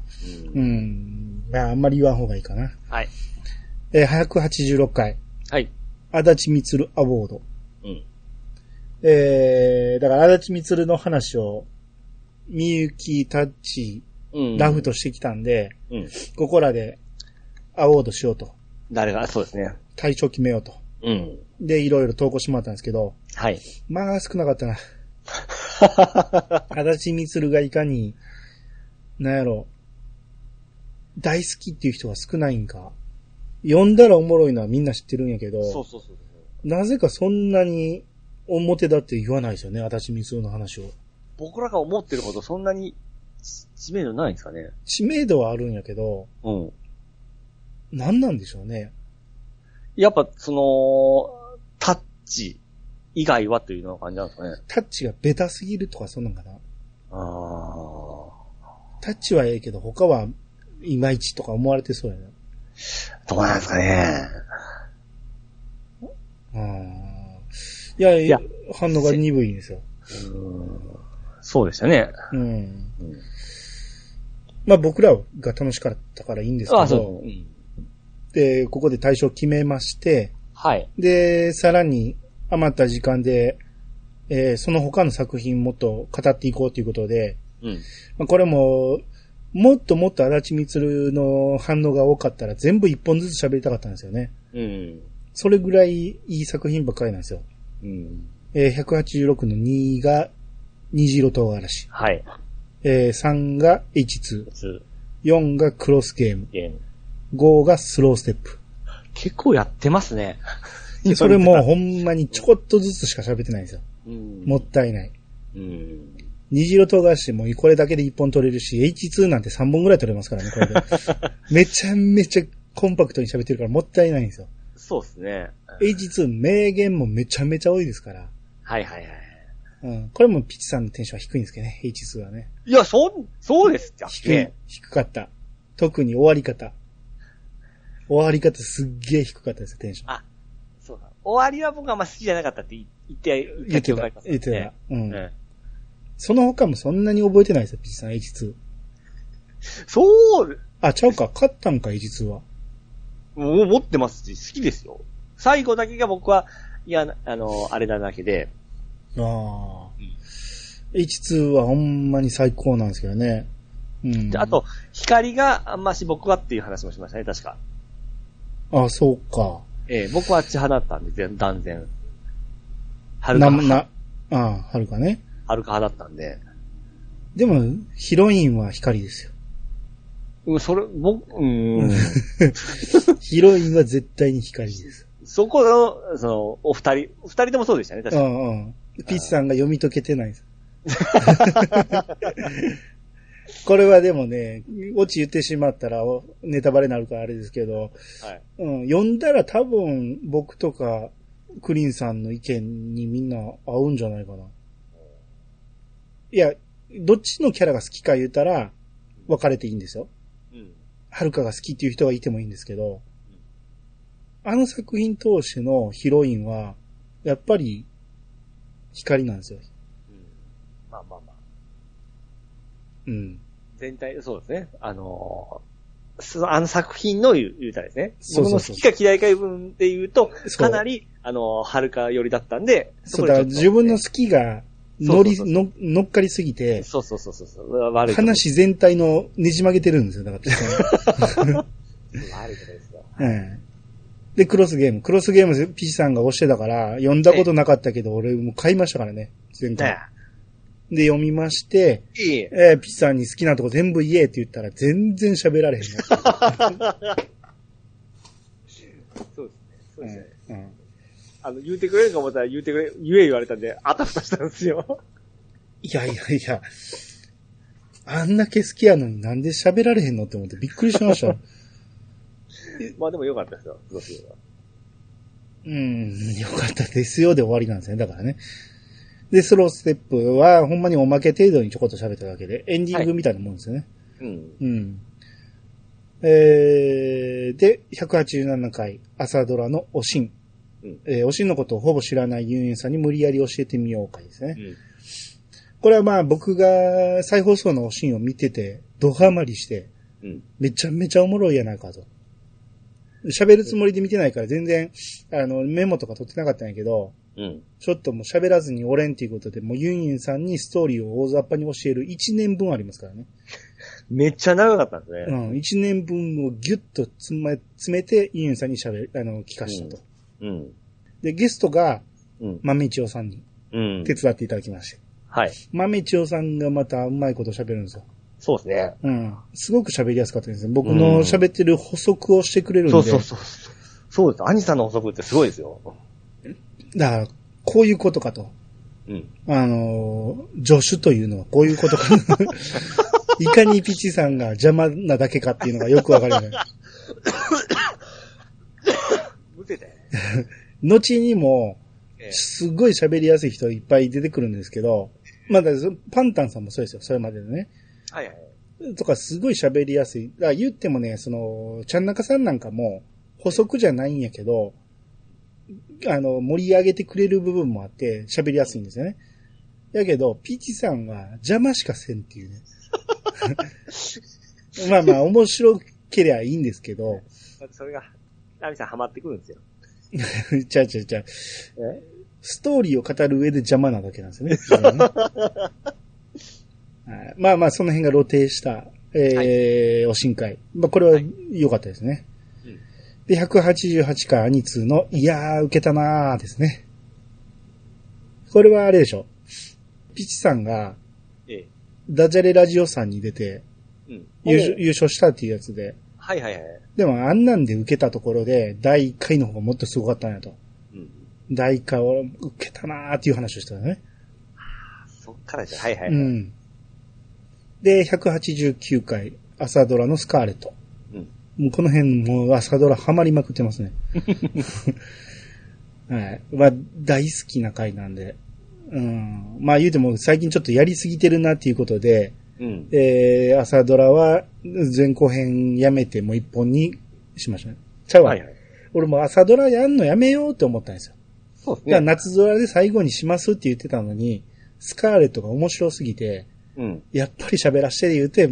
[SPEAKER 2] う
[SPEAKER 1] う
[SPEAKER 2] ん
[SPEAKER 1] ん、まああんまり言わん方がいいかな。
[SPEAKER 2] はい。
[SPEAKER 1] えー、186回、
[SPEAKER 2] はい。
[SPEAKER 1] 足立みつるアボード。
[SPEAKER 2] うん。
[SPEAKER 1] えー、だから足立みつるの話を、みゆき、タッチ、
[SPEAKER 2] うん
[SPEAKER 1] ラフ。としてきたんで、
[SPEAKER 2] うん。
[SPEAKER 1] ここらでアボードしようと。
[SPEAKER 2] 誰が、そうですね。
[SPEAKER 1] 体調決めようと。
[SPEAKER 2] うん。
[SPEAKER 1] で、いろいろ投稿してもらったんですけど、
[SPEAKER 2] はい。
[SPEAKER 1] まあ少なかったな。 足立みつるがいかに、なんやろ、大好きっていう人が少ないんか。呼んだらおもろいのはみんな知ってるんやけ
[SPEAKER 2] そう
[SPEAKER 1] ど、
[SPEAKER 2] そうそう。
[SPEAKER 1] なぜかそんなに表だって言わないですよね、足立みつるの話を。
[SPEAKER 2] 僕らが思ってるほどそんなに知知名度ないんですかね。
[SPEAKER 1] 知名度はあるんやけど、
[SPEAKER 2] うん。
[SPEAKER 1] 何なんでしょうね。
[SPEAKER 2] やっぱ、その、タッチ以外はというような感じなんですかね。
[SPEAKER 1] タッチがベタすぎるとかそんなんかな。
[SPEAKER 2] ああ。
[SPEAKER 1] タッチはええけど他はいまいちとか思われてそうやな。
[SPEAKER 2] どうなんですかね。
[SPEAKER 1] あーいや、いや
[SPEAKER 2] い
[SPEAKER 1] 反応が鈍いんですよ。
[SPEAKER 2] うん。そうでしたね。
[SPEAKER 1] うん。
[SPEAKER 2] うん。
[SPEAKER 1] まあ僕らが楽しかったからいいんです
[SPEAKER 2] ああ、
[SPEAKER 1] け
[SPEAKER 2] そう
[SPEAKER 1] ど、
[SPEAKER 2] ですね。うん
[SPEAKER 1] で、ここで対象決めまして、
[SPEAKER 2] はい。
[SPEAKER 1] で、さらに余った時間で、えーその他の作品もっと語っていこうということで、
[SPEAKER 2] うん。
[SPEAKER 1] まあ、これも、もっともっと足立みつるの反応が多かったら全部一本ずつ喋りたかったんですよね。
[SPEAKER 2] うん。
[SPEAKER 1] それぐらいいい作品ばっかりなんですよ。
[SPEAKER 2] うん。
[SPEAKER 1] えー186の2が虹色唐辛子、
[SPEAKER 2] はい。
[SPEAKER 1] えー3が H2、
[SPEAKER 2] 普通、
[SPEAKER 1] 4がクロスゲーム、
[SPEAKER 2] ゲーム。
[SPEAKER 1] 5がスローステッ プ。
[SPEAKER 2] 結構やってますね。
[SPEAKER 1] それもほんまにちょこっとずつしか喋ってないんですよ。
[SPEAKER 2] うん。
[SPEAKER 1] もったいない。
[SPEAKER 2] うん。
[SPEAKER 1] 虹色唐辛子もこれだけで1本取れるし、H2 なんて3本ぐらい取れますからね、これ で。めちゃめちゃコンパクトに喋ってるからもったいないんですよ。
[SPEAKER 2] そうですね。
[SPEAKER 1] H2 名言もめちゃめちゃ多いですから。
[SPEAKER 2] はいはいはい。
[SPEAKER 1] うん。これもピチさんのテンションは低いんですけどね、H2 はね。
[SPEAKER 2] いや、そ、そうですか。
[SPEAKER 1] 低い、低かった。特に終わり方。終わり方すっげえ低かったですよ、テンション。
[SPEAKER 2] そうだ。終わりは僕はあんま好きじゃなかったって言言って、
[SPEAKER 1] 言って
[SPEAKER 2] 記憶あ
[SPEAKER 1] た
[SPEAKER 2] りま。すね
[SPEAKER 1] 言ってた。うん。
[SPEAKER 2] ええ
[SPEAKER 1] その他もそんなに覚えてないですよ、ピチさん、H2。
[SPEAKER 2] そう、
[SPEAKER 1] あ、ちゃうか、勝ったんか、H2 は。
[SPEAKER 2] もう持ってますし、好きですよ。最後だけが僕は、いや、あの、あれだだけで、
[SPEAKER 1] ああ
[SPEAKER 2] うん。
[SPEAKER 1] H2 はほんまに最高なんですけどね。うん。
[SPEAKER 2] であ。と、光があんまし僕はっていう話もしましたね、確か。
[SPEAKER 1] あ、そうか。
[SPEAKER 2] ええ僕は血派だったんで、全断然。はるか
[SPEAKER 1] な、
[SPEAKER 2] 派
[SPEAKER 1] な、ああ、はるかね。
[SPEAKER 2] はるか派だったんで。
[SPEAKER 1] でも、ヒロインは光 ですよ。
[SPEAKER 2] うん、それ、僕、うん。
[SPEAKER 1] ヒロインは絶対に光です。
[SPEAKER 2] そこの、その、お二人、お二人ともそうでしたね、確
[SPEAKER 1] う
[SPEAKER 2] かに。
[SPEAKER 1] んうん。ピッチさんが読み解けてない です。これはでもね、オチ言ってしまったらおネタバレになるからあれですけど、
[SPEAKER 2] はい。
[SPEAKER 1] うん、読んだら多分僕とかクリンさんの意見にみんな合うんじゃないかな。いや、どっちのキャラが好きか言ったら分かれていいんですよ。
[SPEAKER 2] うん。
[SPEAKER 1] はるかが好きっていう人がいてもいいんですけど、あの作品通してのヒロインは、やっぱり、光なんですよ。
[SPEAKER 2] うん。まあまあまあ。
[SPEAKER 1] うん。
[SPEAKER 2] 全体、そうですね。あのーその、あの作品の言う言うたらですね。
[SPEAKER 1] そうそう
[SPEAKER 2] 僕
[SPEAKER 1] そう
[SPEAKER 2] の好きか嫌いかいう部分で言うと、
[SPEAKER 1] そう
[SPEAKER 2] かなり、あのー、はるか寄りだったんで、
[SPEAKER 1] そう、
[SPEAKER 2] こ
[SPEAKER 1] だ
[SPEAKER 2] で
[SPEAKER 1] から
[SPEAKER 2] ちょっと
[SPEAKER 1] 自分の好きが、乗り、
[SPEAKER 2] そうそうそ
[SPEAKER 1] の乗っかりすぎて、
[SPEAKER 2] そうそうそうそうそう。悪いこと。
[SPEAKER 1] 話全体のねじ曲げてるんですよ。だから、
[SPEAKER 2] 悪いことですよ。
[SPEAKER 1] うん。で、クロスゲーム。クロスゲーム、ピチさんが押してたから、読んだことなかったけど、俺もう買いましたからね。前回
[SPEAKER 2] ね。
[SPEAKER 1] で、読みまして、
[SPEAKER 2] え。いい。
[SPEAKER 1] えー、ピチさんに好きなとこ全部言えって言ったら、全然喋 られへんな
[SPEAKER 2] そうですね。そうですね。
[SPEAKER 1] うん
[SPEAKER 2] あの、言うてくれるか思ったら言うてくれ、言え言われたんで、あたふたしたんです よ。
[SPEAKER 1] いやいやいや、あんだけ好きやのになんで喋られへんのって思ってびっくりしました よ。
[SPEAKER 2] まあでもよかったですよ、クロスゲームは。
[SPEAKER 1] うん、よかったですよで終わりなんですね、だからね。で、スローステップは、ほんまにおまけ程度にちょこっと喋っただけで、エンディングみたいなもんですよね。
[SPEAKER 2] うん。
[SPEAKER 1] うん。えー、で、187回、朝ドラのおしん。
[SPEAKER 2] うん
[SPEAKER 1] えーおしんのことをほぼ知らないユンユンさんに無理やり教えてみようかですね。
[SPEAKER 2] うん。
[SPEAKER 1] これはまあ僕が再放送のおしんを見てて、ドハマりして、
[SPEAKER 2] うん。
[SPEAKER 1] めちゃめちゃおもろいやないかと。喋るつもりで見てないから全然、あの、メモとか取ってなかったんやけど、
[SPEAKER 2] うん。
[SPEAKER 1] ちょっともう喋らずにおれんっていうことで、もうユンユンさんにストーリーを大雑把に教える1年分ありますからね。
[SPEAKER 2] めっちゃ長かったんですね。
[SPEAKER 1] うん、1年分をギュッと詰め、詰めてユンユンさんに喋る、あの、聞かしたと。
[SPEAKER 2] うん。
[SPEAKER 1] で、ゲストが、
[SPEAKER 2] うん。
[SPEAKER 1] 豆千代さんに
[SPEAKER 2] うん
[SPEAKER 1] 手。伝っていただきまして。
[SPEAKER 2] はい。
[SPEAKER 1] 豆千代さんがまたうまいこと喋るんですよ。
[SPEAKER 2] そうですね。
[SPEAKER 1] うん。すごく喋りやすかったですね。僕の喋ってる補足をしてくれるんで。
[SPEAKER 2] そうそうそう。そうです。兄さんの補足ってすごいですよ。
[SPEAKER 1] だから、こういうことかと。
[SPEAKER 2] うん。
[SPEAKER 1] あのー、助手というのはこういうことか。 いかにピチさんが邪魔なだけかっていうのがよくわかる、ね。
[SPEAKER 2] むせたよね。
[SPEAKER 1] 後にも、
[SPEAKER 2] ええ
[SPEAKER 1] すごい喋りやすい人いっぱい出てくるんですけど、まだパンタンさんもそうですよ、それまでのね。
[SPEAKER 2] はいはい。
[SPEAKER 1] とか、すごい喋りやすい。だから言ってもね、その、ちゃんなかさんなんかも、補足じゃないんやけど、あの、盛り上げてくれる部分もあって、喋りやすいんですよね。やけど、ピーチさんは邪魔しかせんっていうね。 まあまあ、面白けりゃいいんですけど、
[SPEAKER 2] またそれが、兄さんハマってくるんですよ。
[SPEAKER 1] ちゃうちゃうちゃう、
[SPEAKER 2] え
[SPEAKER 1] ストーリーを語る上で邪魔なだけなんですよね。それはねはいまあまあ、その辺が露呈した、えーお深海。まあ、これは良かったですね。
[SPEAKER 2] うん
[SPEAKER 1] で、188回アニツーの、いやー、受けたなーですね。これはあれでしょ。ピチさんが、
[SPEAKER 2] ええ。
[SPEAKER 1] ダジャレラジオさんに出て
[SPEAKER 2] うん。
[SPEAKER 1] 優勝、優勝したっていうやつで。
[SPEAKER 2] はいはいはい。
[SPEAKER 1] でも、あんなんで受けたところで、第1回の方がもっとすごかったんやと。
[SPEAKER 2] うん。
[SPEAKER 1] 第1回を受けたなーっていう話をしたよね。
[SPEAKER 2] そっからじゃ、はいは
[SPEAKER 1] う
[SPEAKER 2] い。
[SPEAKER 1] ん。で、189回、朝ドラのスカーレット。
[SPEAKER 2] うん
[SPEAKER 1] もうこの辺、もう朝ドラハマりまくってます ね。はい。まあ、大好きな回なんで。うん。まあ言うても最近ちょっとやりすぎてるなっていうことで、
[SPEAKER 2] うん。
[SPEAKER 1] えー、朝ドラは前後編やめてもう一本にしましたね。ちゃうわ、
[SPEAKER 2] はいはい。
[SPEAKER 1] 俺も朝ドラやんのやめようって思ったんですよ。
[SPEAKER 2] そうです
[SPEAKER 1] じゃ
[SPEAKER 2] ね。
[SPEAKER 1] 夏空で最後にしますって言ってたのに、スカーレットが面白すぎて、
[SPEAKER 2] うん。
[SPEAKER 1] やっぱり喋らして言う て、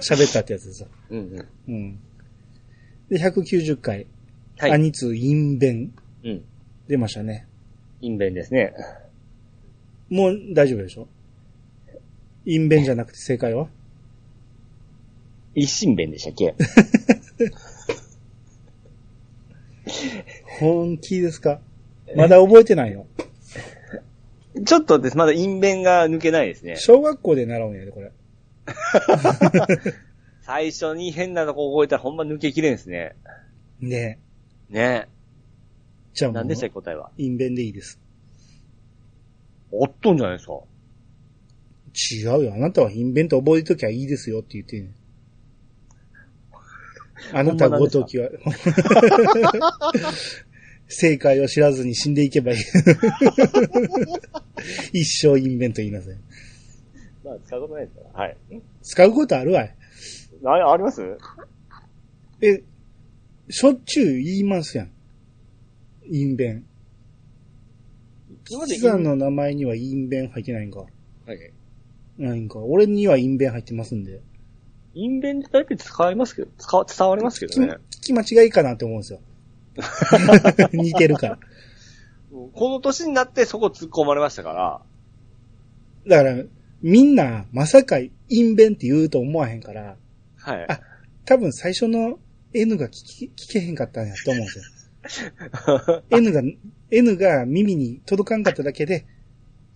[SPEAKER 1] 喋ったってやつですよ。
[SPEAKER 2] うんうん。
[SPEAKER 1] うん。で、190回、
[SPEAKER 2] は
[SPEAKER 1] ア
[SPEAKER 2] い。
[SPEAKER 1] ニツ陰弁
[SPEAKER 2] うん。
[SPEAKER 1] 出ましたね。
[SPEAKER 2] インベンですね。
[SPEAKER 1] もう大丈夫でしょ陰弁じゃなくて正解は
[SPEAKER 2] 一心弁でしたっけ
[SPEAKER 1] 本気ですかまだ覚えてないの
[SPEAKER 2] ちょっとです。まだ因縁が抜けないですね。
[SPEAKER 1] 小学校で習うんやで、これ。
[SPEAKER 2] 最初に変なとこ覚えたらほんま抜けきれんですね。
[SPEAKER 1] ね
[SPEAKER 2] ね
[SPEAKER 1] え。じゃあもう
[SPEAKER 2] 何、でしたっけ答えは。
[SPEAKER 1] 因弁でいいです。
[SPEAKER 2] おっとんじゃないですか。
[SPEAKER 1] 違うよ。あなたは因弁と覚えときゃいいですよって言ってんねんあなたごとき は、正解を知らずに死んでいけ ばいい。一生因弁と言いなさい。
[SPEAKER 2] まあ、使うことないですから。はい。
[SPEAKER 1] 使うことあるわい。
[SPEAKER 2] あ、あります
[SPEAKER 1] え、しょっちゅう言いますやん。因弁。
[SPEAKER 2] 今
[SPEAKER 1] キさんの名前には因弁入ってないんか。
[SPEAKER 2] はい。
[SPEAKER 1] ないんか。俺には因弁入ってますんで。
[SPEAKER 2] 因縁って大体使いますけど、使わ、伝わりますけどね。
[SPEAKER 1] 聞き間違いかなって思うん ですよ。似てるから。
[SPEAKER 2] この年になってそこ突っ込まれましたから、
[SPEAKER 1] だから、みんな、まさか、因弁って言うと思わへんから、
[SPEAKER 2] はい
[SPEAKER 1] あ。多分最初の N が聞き、聞けへんかったんやと思うんですよ。N が、N が耳に届かんかっただけで、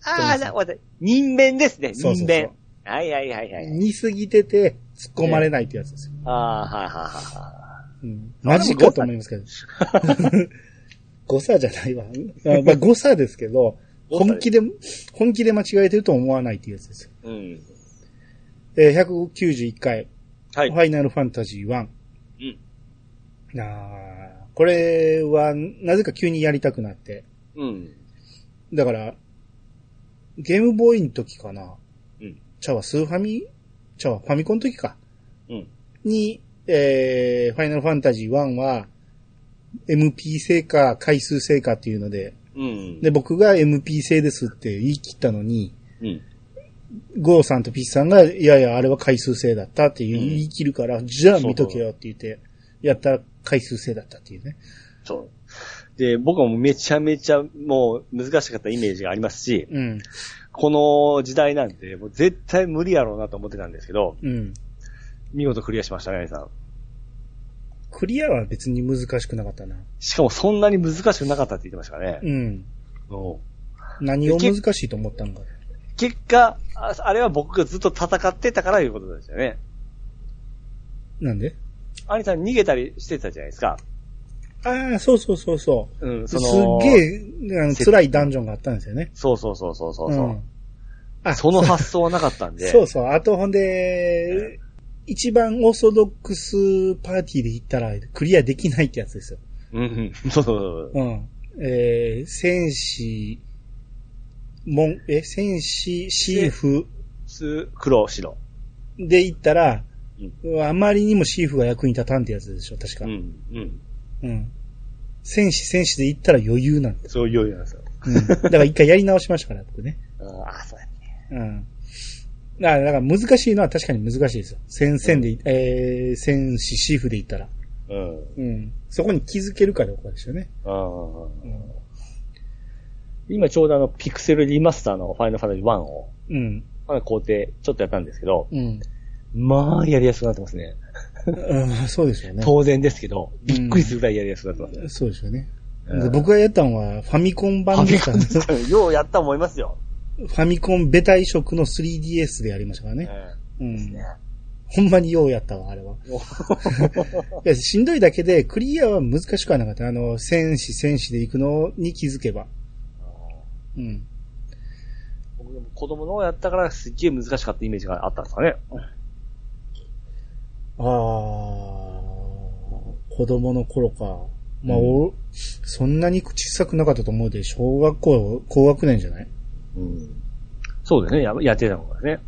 [SPEAKER 2] ああ、な、わかった人弁ですね、
[SPEAKER 1] そうそ
[SPEAKER 2] 人
[SPEAKER 1] うそう
[SPEAKER 2] 弁。。はいはいはいはい。
[SPEAKER 1] 似すぎてて、突っ込まれないってやつですよ。
[SPEAKER 2] ああ、はいはいはいは
[SPEAKER 1] う
[SPEAKER 2] い。
[SPEAKER 1] ん、マジかと思いますけど。誤差じゃないわ。あまあ、誤差ですけど、本気で、本気で間違えてると思わないっていうやつですよ。
[SPEAKER 2] うん。
[SPEAKER 1] えー191回、
[SPEAKER 2] は
[SPEAKER 1] フ
[SPEAKER 2] い。
[SPEAKER 1] ァイナルファンタジー1。
[SPEAKER 2] うん。
[SPEAKER 1] なあこれは、なぜか急にやりたくなって。
[SPEAKER 2] うん。
[SPEAKER 1] だから、ゲームボーイの時かな。
[SPEAKER 2] うん。
[SPEAKER 1] ちゃうわ、スーファミちゃうわ、ファミコンの時か。
[SPEAKER 2] うん。
[SPEAKER 1] に、えー、ファイナルファンタジー1は、MP 制か回数制かっていうので、
[SPEAKER 2] うん。
[SPEAKER 1] で、僕が MP 制ですって言い切ったのに、
[SPEAKER 2] うん。
[SPEAKER 1] ゴーさんとピッチさんが、いやいや、あれは回数制だったっていう言い切るから、じゃあ見とけよって言って、やったら回数制だったっていうね。
[SPEAKER 2] そう。で、僕はもうめちゃめちゃもう難しかったイメージがありますし、
[SPEAKER 1] うん。
[SPEAKER 2] この時代なんてもう絶対無理やろうなと思ってたんですけど、
[SPEAKER 1] うん。
[SPEAKER 2] 見事クリアしましたね、さん。
[SPEAKER 1] クリアは別に難しくなかったな。
[SPEAKER 2] しかもそんなに難しくなかったって言ってましたから
[SPEAKER 1] う
[SPEAKER 2] ね。
[SPEAKER 1] ん。
[SPEAKER 2] うん
[SPEAKER 1] 何を難しいと思ったんか。
[SPEAKER 2] 結果、ああれは僕がずっと戦ってたからいうことですよね。
[SPEAKER 1] なんで
[SPEAKER 2] アニさん逃げたりしてたじゃないですか。
[SPEAKER 1] ああ、そうそうそうそう。
[SPEAKER 2] うん、
[SPEAKER 1] す
[SPEAKER 2] そ
[SPEAKER 1] っ
[SPEAKER 2] の。
[SPEAKER 1] げ
[SPEAKER 2] え。
[SPEAKER 1] えあの辛いダンジョンがあったんですよね。。
[SPEAKER 2] そうそうそうそうそう。うん
[SPEAKER 1] あ、
[SPEAKER 2] その発想はなかったんで。
[SPEAKER 1] そうそう。あとほんで、一番オーソドックスパーティーで行ったらクリアできないってやつですよ。
[SPEAKER 2] うんうん。そうそうそ
[SPEAKER 1] う
[SPEAKER 2] う。
[SPEAKER 1] ん。えー、戦士、門、え、戦士、シーフ
[SPEAKER 2] す、黒、白。
[SPEAKER 1] で行ったら
[SPEAKER 2] うん、
[SPEAKER 1] あまりにもシーフが役に立たんってやつでしょ、確か。
[SPEAKER 2] うん、うん。
[SPEAKER 1] うん。戦士戦士で行ったら余裕なんだ。
[SPEAKER 2] そういうようなんですよ。
[SPEAKER 1] うん。だから一回やり直しましたから、僕ね。
[SPEAKER 2] うんあ、そうやね。
[SPEAKER 1] うん。だから、だから難しいのは確かに難しいですよ。戦線で、えー、戦士シーフで行ったら。
[SPEAKER 2] うん。
[SPEAKER 1] うん。そこに気づけるかどうかですよね。
[SPEAKER 2] ああ
[SPEAKER 1] うん。
[SPEAKER 2] 今ちょうどあの、ピクセルリマスターのファイナルファンタジー1を、
[SPEAKER 1] うん。
[SPEAKER 2] まだ工程、ちょっとやったんですけど、
[SPEAKER 1] うん。
[SPEAKER 2] まあ、やりやすくなってますね。
[SPEAKER 1] うんそうですよね。
[SPEAKER 2] 当然ですけど、びっくりするぐらいやりやすくなってますね。
[SPEAKER 1] そうですよね。
[SPEAKER 2] うん
[SPEAKER 1] で僕がやったのは、ファミコン版でした、ね。フ
[SPEAKER 2] ようやった思いますよ。
[SPEAKER 1] ァミコンベタ移植の 3DS でやりましたからね。う
[SPEAKER 2] うん
[SPEAKER 1] ん。ほんまにようやったわ、あれ は。いやしんどいだけで、クリアは難しくはなかった。あの、戦士戦士で行くのに気づけば。うん。
[SPEAKER 2] 僕も子供の方やったからすっげえ難しかったイメージがあったんですかね。
[SPEAKER 1] ああ、子供の頃か。まあ、
[SPEAKER 2] うん
[SPEAKER 1] おそんなに小さくなかったと思うで、小学校、高学年じゃない
[SPEAKER 2] うん、そうですねや。やってたもんね。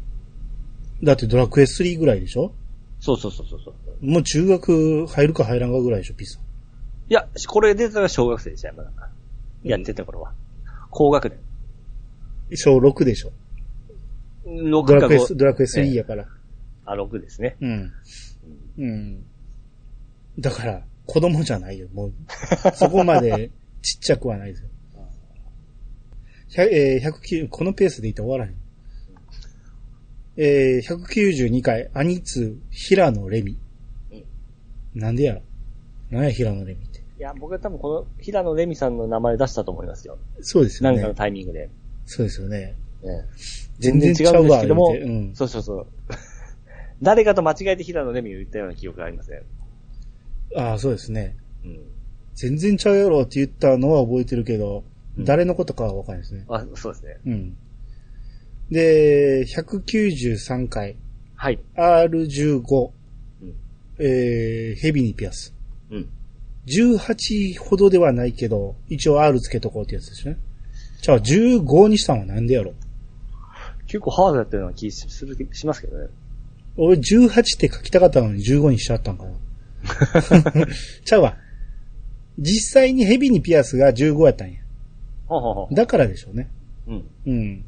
[SPEAKER 1] だってドラクエ3ぐらいでしょ
[SPEAKER 2] そうそうそうそうそう。
[SPEAKER 1] もう中学入るか入らんかぐらいでしょ、ピさん。
[SPEAKER 2] いや、これ出たら小学生でしたよ、まだ。やってた頃は。高学年。
[SPEAKER 1] 小6でしょ。ド
[SPEAKER 2] 6
[SPEAKER 1] ラ
[SPEAKER 2] か
[SPEAKER 1] クエ、
[SPEAKER 2] 5。
[SPEAKER 1] ドラクエ3やから。
[SPEAKER 2] あ、6ですね。
[SPEAKER 1] うん。うん。だから、子供じゃないよ。 もう、そこまでちっちゃくはないですよ。100えー、109このペースでいったら終わらへん。えー、192回、アニツ、平野レミ
[SPEAKER 2] うん。
[SPEAKER 1] なんでやろなんや、平野レミって。
[SPEAKER 2] いや、僕は多分この、平野レミさんの名前出したと思いますよ。
[SPEAKER 1] そうですよ
[SPEAKER 2] 何かの
[SPEAKER 1] ね。
[SPEAKER 2] タイミングで。
[SPEAKER 1] そうですよね。
[SPEAKER 2] ね全然違うんですけども、
[SPEAKER 1] 全然違うわ言うてうん
[SPEAKER 2] そうそうそう。 誰かと間違えて平野レミを言ったような記憶がありません。
[SPEAKER 1] ああ、そうですね。
[SPEAKER 2] うん。
[SPEAKER 1] 全然ちゃうやろって言ったのは覚えてるけど、
[SPEAKER 2] うん
[SPEAKER 1] 誰のことかはわかんないですね。
[SPEAKER 2] あ、そうですね。
[SPEAKER 1] うん。で、193回、
[SPEAKER 2] はい。
[SPEAKER 1] R15、
[SPEAKER 2] うん
[SPEAKER 1] えー、ヘビにピアス。
[SPEAKER 2] うん。
[SPEAKER 1] 18ほどではないけど、一応 R つけとこうってやつですね。じゃあ15にしたのはなんでやろ
[SPEAKER 2] 結構ハードだったような気しするしますけどね。
[SPEAKER 1] 俺18って書きたかったのに15にしちゃった んかな。 ちゃうわ。実際にヘビにピアスが15やったんや。
[SPEAKER 2] ほうほうほ
[SPEAKER 1] だからでしょうね。
[SPEAKER 2] う。うん。
[SPEAKER 1] うん。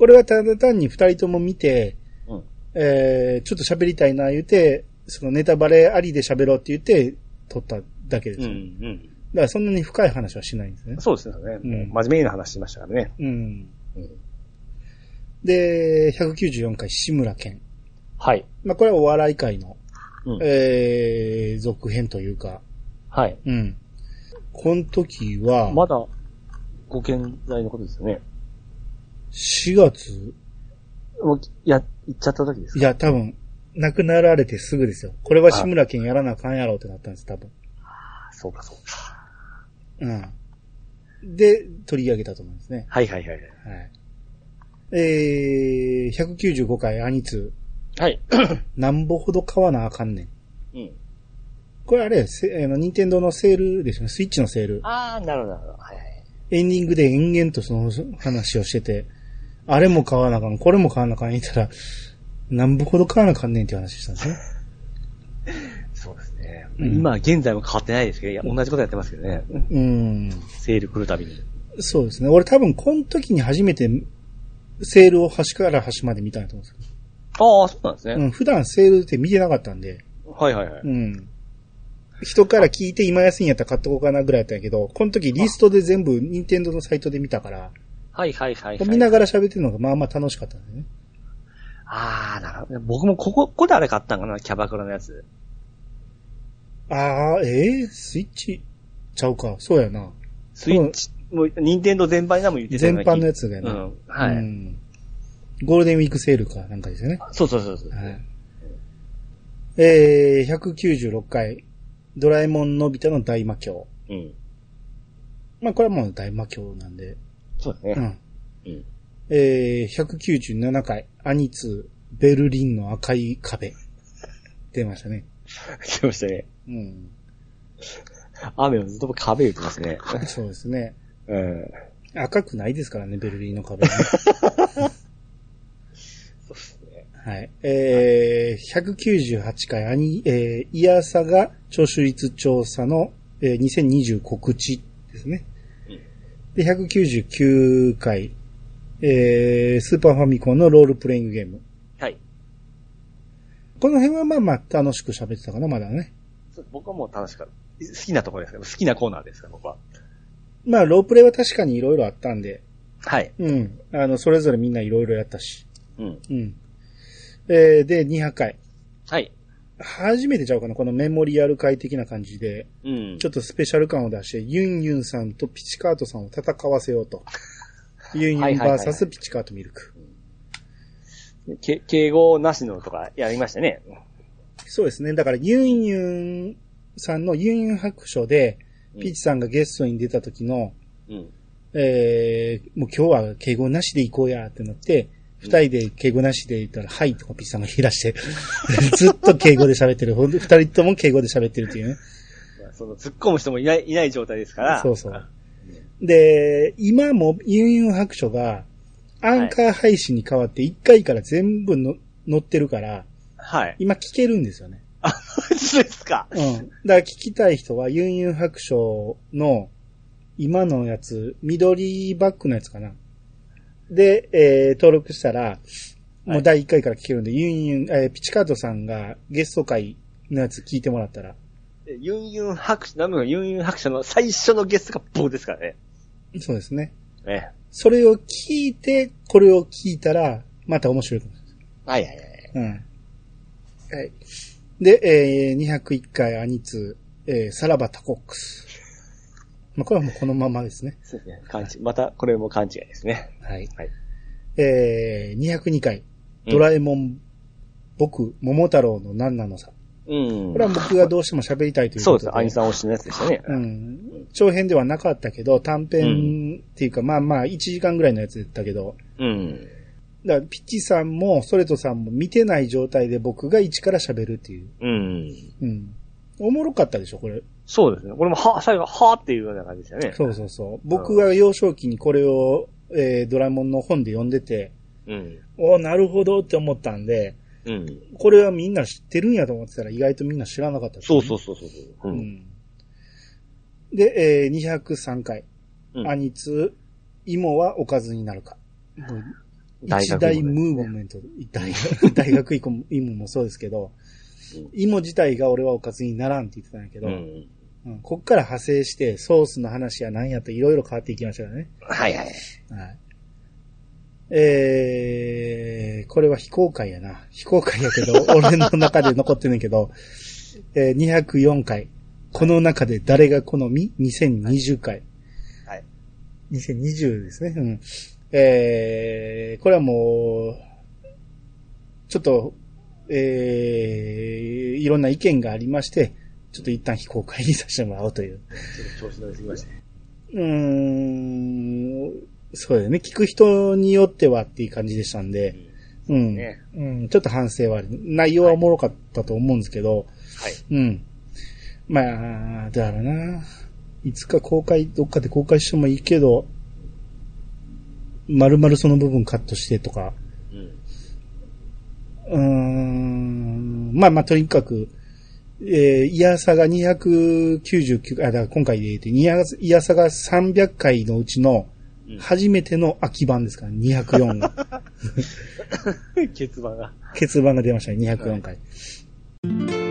[SPEAKER 1] 俺はただ単に二人とも見て、
[SPEAKER 2] うん。
[SPEAKER 1] えー、ちょっと喋りたいな言うて、そのネタバレありで喋ろうって言って、撮っただけです
[SPEAKER 2] うん。う
[SPEAKER 1] よ。だ
[SPEAKER 2] ん。
[SPEAKER 1] からそんなに深い話はしないんですね。
[SPEAKER 2] そうですよね。
[SPEAKER 1] うん
[SPEAKER 2] 真面目な話しましたからね。
[SPEAKER 1] うん。
[SPEAKER 2] うん
[SPEAKER 1] で、194回、志村けん。
[SPEAKER 2] はい。
[SPEAKER 1] まあ、これはお笑い界の、
[SPEAKER 2] うん
[SPEAKER 1] えー、続編というか、
[SPEAKER 2] はい。
[SPEAKER 1] うん。この時は、
[SPEAKER 2] まだ、ご健在のことですよね。
[SPEAKER 1] 4月、
[SPEAKER 2] もう、や、行っちゃった時です
[SPEAKER 1] い
[SPEAKER 2] か
[SPEAKER 1] や、多分、亡くなられてすぐですよ。これは志村けんやらなあかんやろうってなったんです、多分。
[SPEAKER 2] そうか、そうか。
[SPEAKER 1] うん。で、取り上げたと思うんですね。
[SPEAKER 2] はいはいはいはい。
[SPEAKER 1] はい。えー、195回、アニツ
[SPEAKER 2] はい。
[SPEAKER 1] なんぼほど買わなあかんねん。
[SPEAKER 2] うん。
[SPEAKER 1] これあれ、せあの、任天堂のセールですよね。スイッチのセール。
[SPEAKER 2] あー、なるほど、なるほど。はいはい。
[SPEAKER 1] エンディングで延々とその話をしてて、あれも買わなあかん、これも買わなあかん言ったら、なんぼほど買わなあかんねんっていう話したんですね。
[SPEAKER 2] そうですね。
[SPEAKER 1] うん
[SPEAKER 2] 今、現在も変わってないですけど、いや同じことやってますけどね。
[SPEAKER 1] うん。
[SPEAKER 2] セール来るたびに。
[SPEAKER 1] そうですね。俺多分この時に初めて、セールを端から端まで見たんだと思うんです
[SPEAKER 2] ああ、そうなんです
[SPEAKER 1] け
[SPEAKER 2] ね。
[SPEAKER 1] ど、うん、普段セールって見てなかったんで、
[SPEAKER 2] はいはいはい。
[SPEAKER 1] うん。人から聞いて今安いんやったら買っとこうかなぐらいやったんやけど、この時リストで全部任天堂のサイトで見たから、
[SPEAKER 2] はいはいはい、はい。
[SPEAKER 1] 見ながら喋ってるのがまあまあ楽しかったんでね。
[SPEAKER 2] ああ、なるほどね。僕もここ、ここであれ買ったんかな、キャバクラのやつ。
[SPEAKER 1] ああ、えー、スイッチちゃうか。そうやな。
[SPEAKER 2] スイッチ、もう、任天堂全般にも言ってたよ
[SPEAKER 1] 全
[SPEAKER 2] うな
[SPEAKER 1] 般のや
[SPEAKER 2] つ。
[SPEAKER 1] つだよ
[SPEAKER 2] う
[SPEAKER 1] ね。
[SPEAKER 2] ん。はい。
[SPEAKER 1] うんゴールデンウィークセールかなんかですよね。
[SPEAKER 2] そうそうそうそう。
[SPEAKER 1] はい、えー、196回、ドラえもんのび太の大魔教。
[SPEAKER 2] うん。
[SPEAKER 1] まあこれはもう大魔教なんで。
[SPEAKER 2] そうだ
[SPEAKER 1] う
[SPEAKER 2] ね。
[SPEAKER 1] ん。
[SPEAKER 2] うん。
[SPEAKER 1] えー、197回、アニツ、ベルリンの赤い壁。出ましたね。
[SPEAKER 2] 来 ましたね。
[SPEAKER 1] うん。
[SPEAKER 2] 雨をずっと壁打ってますね。
[SPEAKER 1] そうですね。
[SPEAKER 2] うん。
[SPEAKER 1] 赤くないですからね、ベルリンの壁、 ね。
[SPEAKER 2] そうですね。
[SPEAKER 1] はい。えー、198回アニ、えー、イヤサが聴取率調査の、えー、2020告知ですね。で、199回、えー、スーパーファミコンのロールプレイングゲーム。
[SPEAKER 2] はい。
[SPEAKER 1] この辺はまあまあ楽しく喋ってたかな、まだね。
[SPEAKER 2] そう僕はもう楽しかった。好きなところですから好きなコーナーですから、僕は。
[SPEAKER 1] まあ、ロープレイは確かに色々あったんで、
[SPEAKER 2] はい。
[SPEAKER 1] うん。あの、それぞれみんな色々やったし。
[SPEAKER 2] うん。
[SPEAKER 1] うん。えー、で、200回。
[SPEAKER 2] はい。
[SPEAKER 1] 初めてちゃうかな、このメモリアル会的な感じで、
[SPEAKER 2] うん。
[SPEAKER 1] ちょっとスペシャル感を出して、ユンユンさんとピチカートさんを戦わせ ようと。ユンユン
[SPEAKER 2] はいはいはいはい
[SPEAKER 1] VS ピチカートミルク。
[SPEAKER 2] け敬語なしのとかやりましたね。
[SPEAKER 1] そうですね。だからユンユンさんのユンユン白書で、ピチさんがゲストに出た時の、
[SPEAKER 2] うん。
[SPEAKER 1] えー、もう今日は敬語なしで行こうやってなって、二人で敬語なしで言ったら、はいとかピチさんが言い出して、 ずっと敬語で喋ってる。ほんと二人とも敬語で喋ってるっていうね。
[SPEAKER 2] まあその、突っ込む人もいない、いない状態ですから。
[SPEAKER 1] そうそう。で、今もユンユン白書が、アンカー配信に変わって1回から全部の載ってるから、
[SPEAKER 2] はい。
[SPEAKER 1] 今聞けるんですよね。
[SPEAKER 2] あ、そうですか。
[SPEAKER 1] うん。だから聞きたい人は、ユンユン白書の、今のやつ、緑バックのやつかな。で、えー登録したら、もう第1回から聞けるんで、ユンユン、えーピチカートさんがゲスト会のやつ聞いてもらったら、
[SPEAKER 2] でユンユン白書、ナムのユンユン白書の最初のゲストが僕ですからね。
[SPEAKER 1] そうですね。
[SPEAKER 2] ね。
[SPEAKER 1] それを聞いて、これを聞いたら、また面白いかもしれない。
[SPEAKER 2] はいはいはい。
[SPEAKER 1] うん。はい。で、えー、201回アニツ、えー、さらばタコックス。まあ、これはもうこのままですね。
[SPEAKER 2] そうですね。勘違い。また、これも勘違いですね。
[SPEAKER 1] はい。
[SPEAKER 2] はい
[SPEAKER 1] えー、202回、
[SPEAKER 2] うん
[SPEAKER 1] ドラえもん、僕、桃太郎の何なのさ。
[SPEAKER 2] うん。
[SPEAKER 1] これは僕がどうしても喋りたいという
[SPEAKER 2] そ
[SPEAKER 1] こ
[SPEAKER 2] うで
[SPEAKER 1] と
[SPEAKER 2] す
[SPEAKER 1] で。。
[SPEAKER 2] アニさん推しのやつでしたね。
[SPEAKER 1] うん。長編ではなかったけど、短編っていうか、まあまあ、1時間ぐらいのやつだったけど、
[SPEAKER 2] うん。
[SPEAKER 1] だからピッチさんもソレトさんも見てない状態で僕が一から喋るっていう。
[SPEAKER 2] うん。
[SPEAKER 1] うん。おもろかったでしょ、これ。
[SPEAKER 2] そうですね。これも、は、最後、はーっていうような感じでしたね。
[SPEAKER 1] そうそうそう。僕が幼少期にこれを、えードラえもんの本で読んでて、
[SPEAKER 2] うん。
[SPEAKER 1] おーなるほどって思ったんで、
[SPEAKER 2] うん。
[SPEAKER 1] これはみんな知ってるんやと思ってたら意外とみんな知らなかった、。
[SPEAKER 2] そうそううそうそうそ
[SPEAKER 1] う
[SPEAKER 2] う。うん。
[SPEAKER 1] ん。で、えー203回。
[SPEAKER 2] うん
[SPEAKER 1] アニツ、芋はおかずになるか。もう
[SPEAKER 2] 大
[SPEAKER 1] 一
[SPEAKER 2] 学
[SPEAKER 1] 大
[SPEAKER 2] 芋
[SPEAKER 1] ムーブメン ト、大学大学芋も芋もそうですけど
[SPEAKER 2] うん、
[SPEAKER 1] 芋自体が俺はおかずにならんって言ってたんやけど、
[SPEAKER 2] うん。
[SPEAKER 1] うんこっから派生してソースの話やなんやといろいろ変わっていきましたからね。
[SPEAKER 2] はいはい。
[SPEAKER 1] はい。えー、これは非公開やな。非公開やけ ど、俺の中で残ってんねんけど、えー、204回。この中で誰が好み ?2020 回。
[SPEAKER 2] はい。
[SPEAKER 1] 2020ですね。うん。えー、これはもう、ちょっと、えー、いろんな意見がありまして、ちょっと一旦非公開にさせてもらおうという。
[SPEAKER 2] ちょっと調子乗りすぎましたね。
[SPEAKER 1] うーん、そうだよね。聞く人によってはっていう感じでしたんで、うん。
[SPEAKER 2] ね
[SPEAKER 1] うん、ちょっと反省はある。内容はおもろかったと思うんですけど、
[SPEAKER 2] はい。
[SPEAKER 1] うん。まあ、だろうな。いつか公開、どっかで公開してもいいけど、まるまるその部分カットしてとか、う
[SPEAKER 2] うん。
[SPEAKER 1] ーん、まあまあ、とにかく、えー、イヤサが299あ、だから今回で言うと、イヤイヤサが300回のうちの
[SPEAKER 2] うん、
[SPEAKER 1] 初めての空き版ですから、204が。
[SPEAKER 2] 結番が。
[SPEAKER 1] 結番が出ましたね、204回。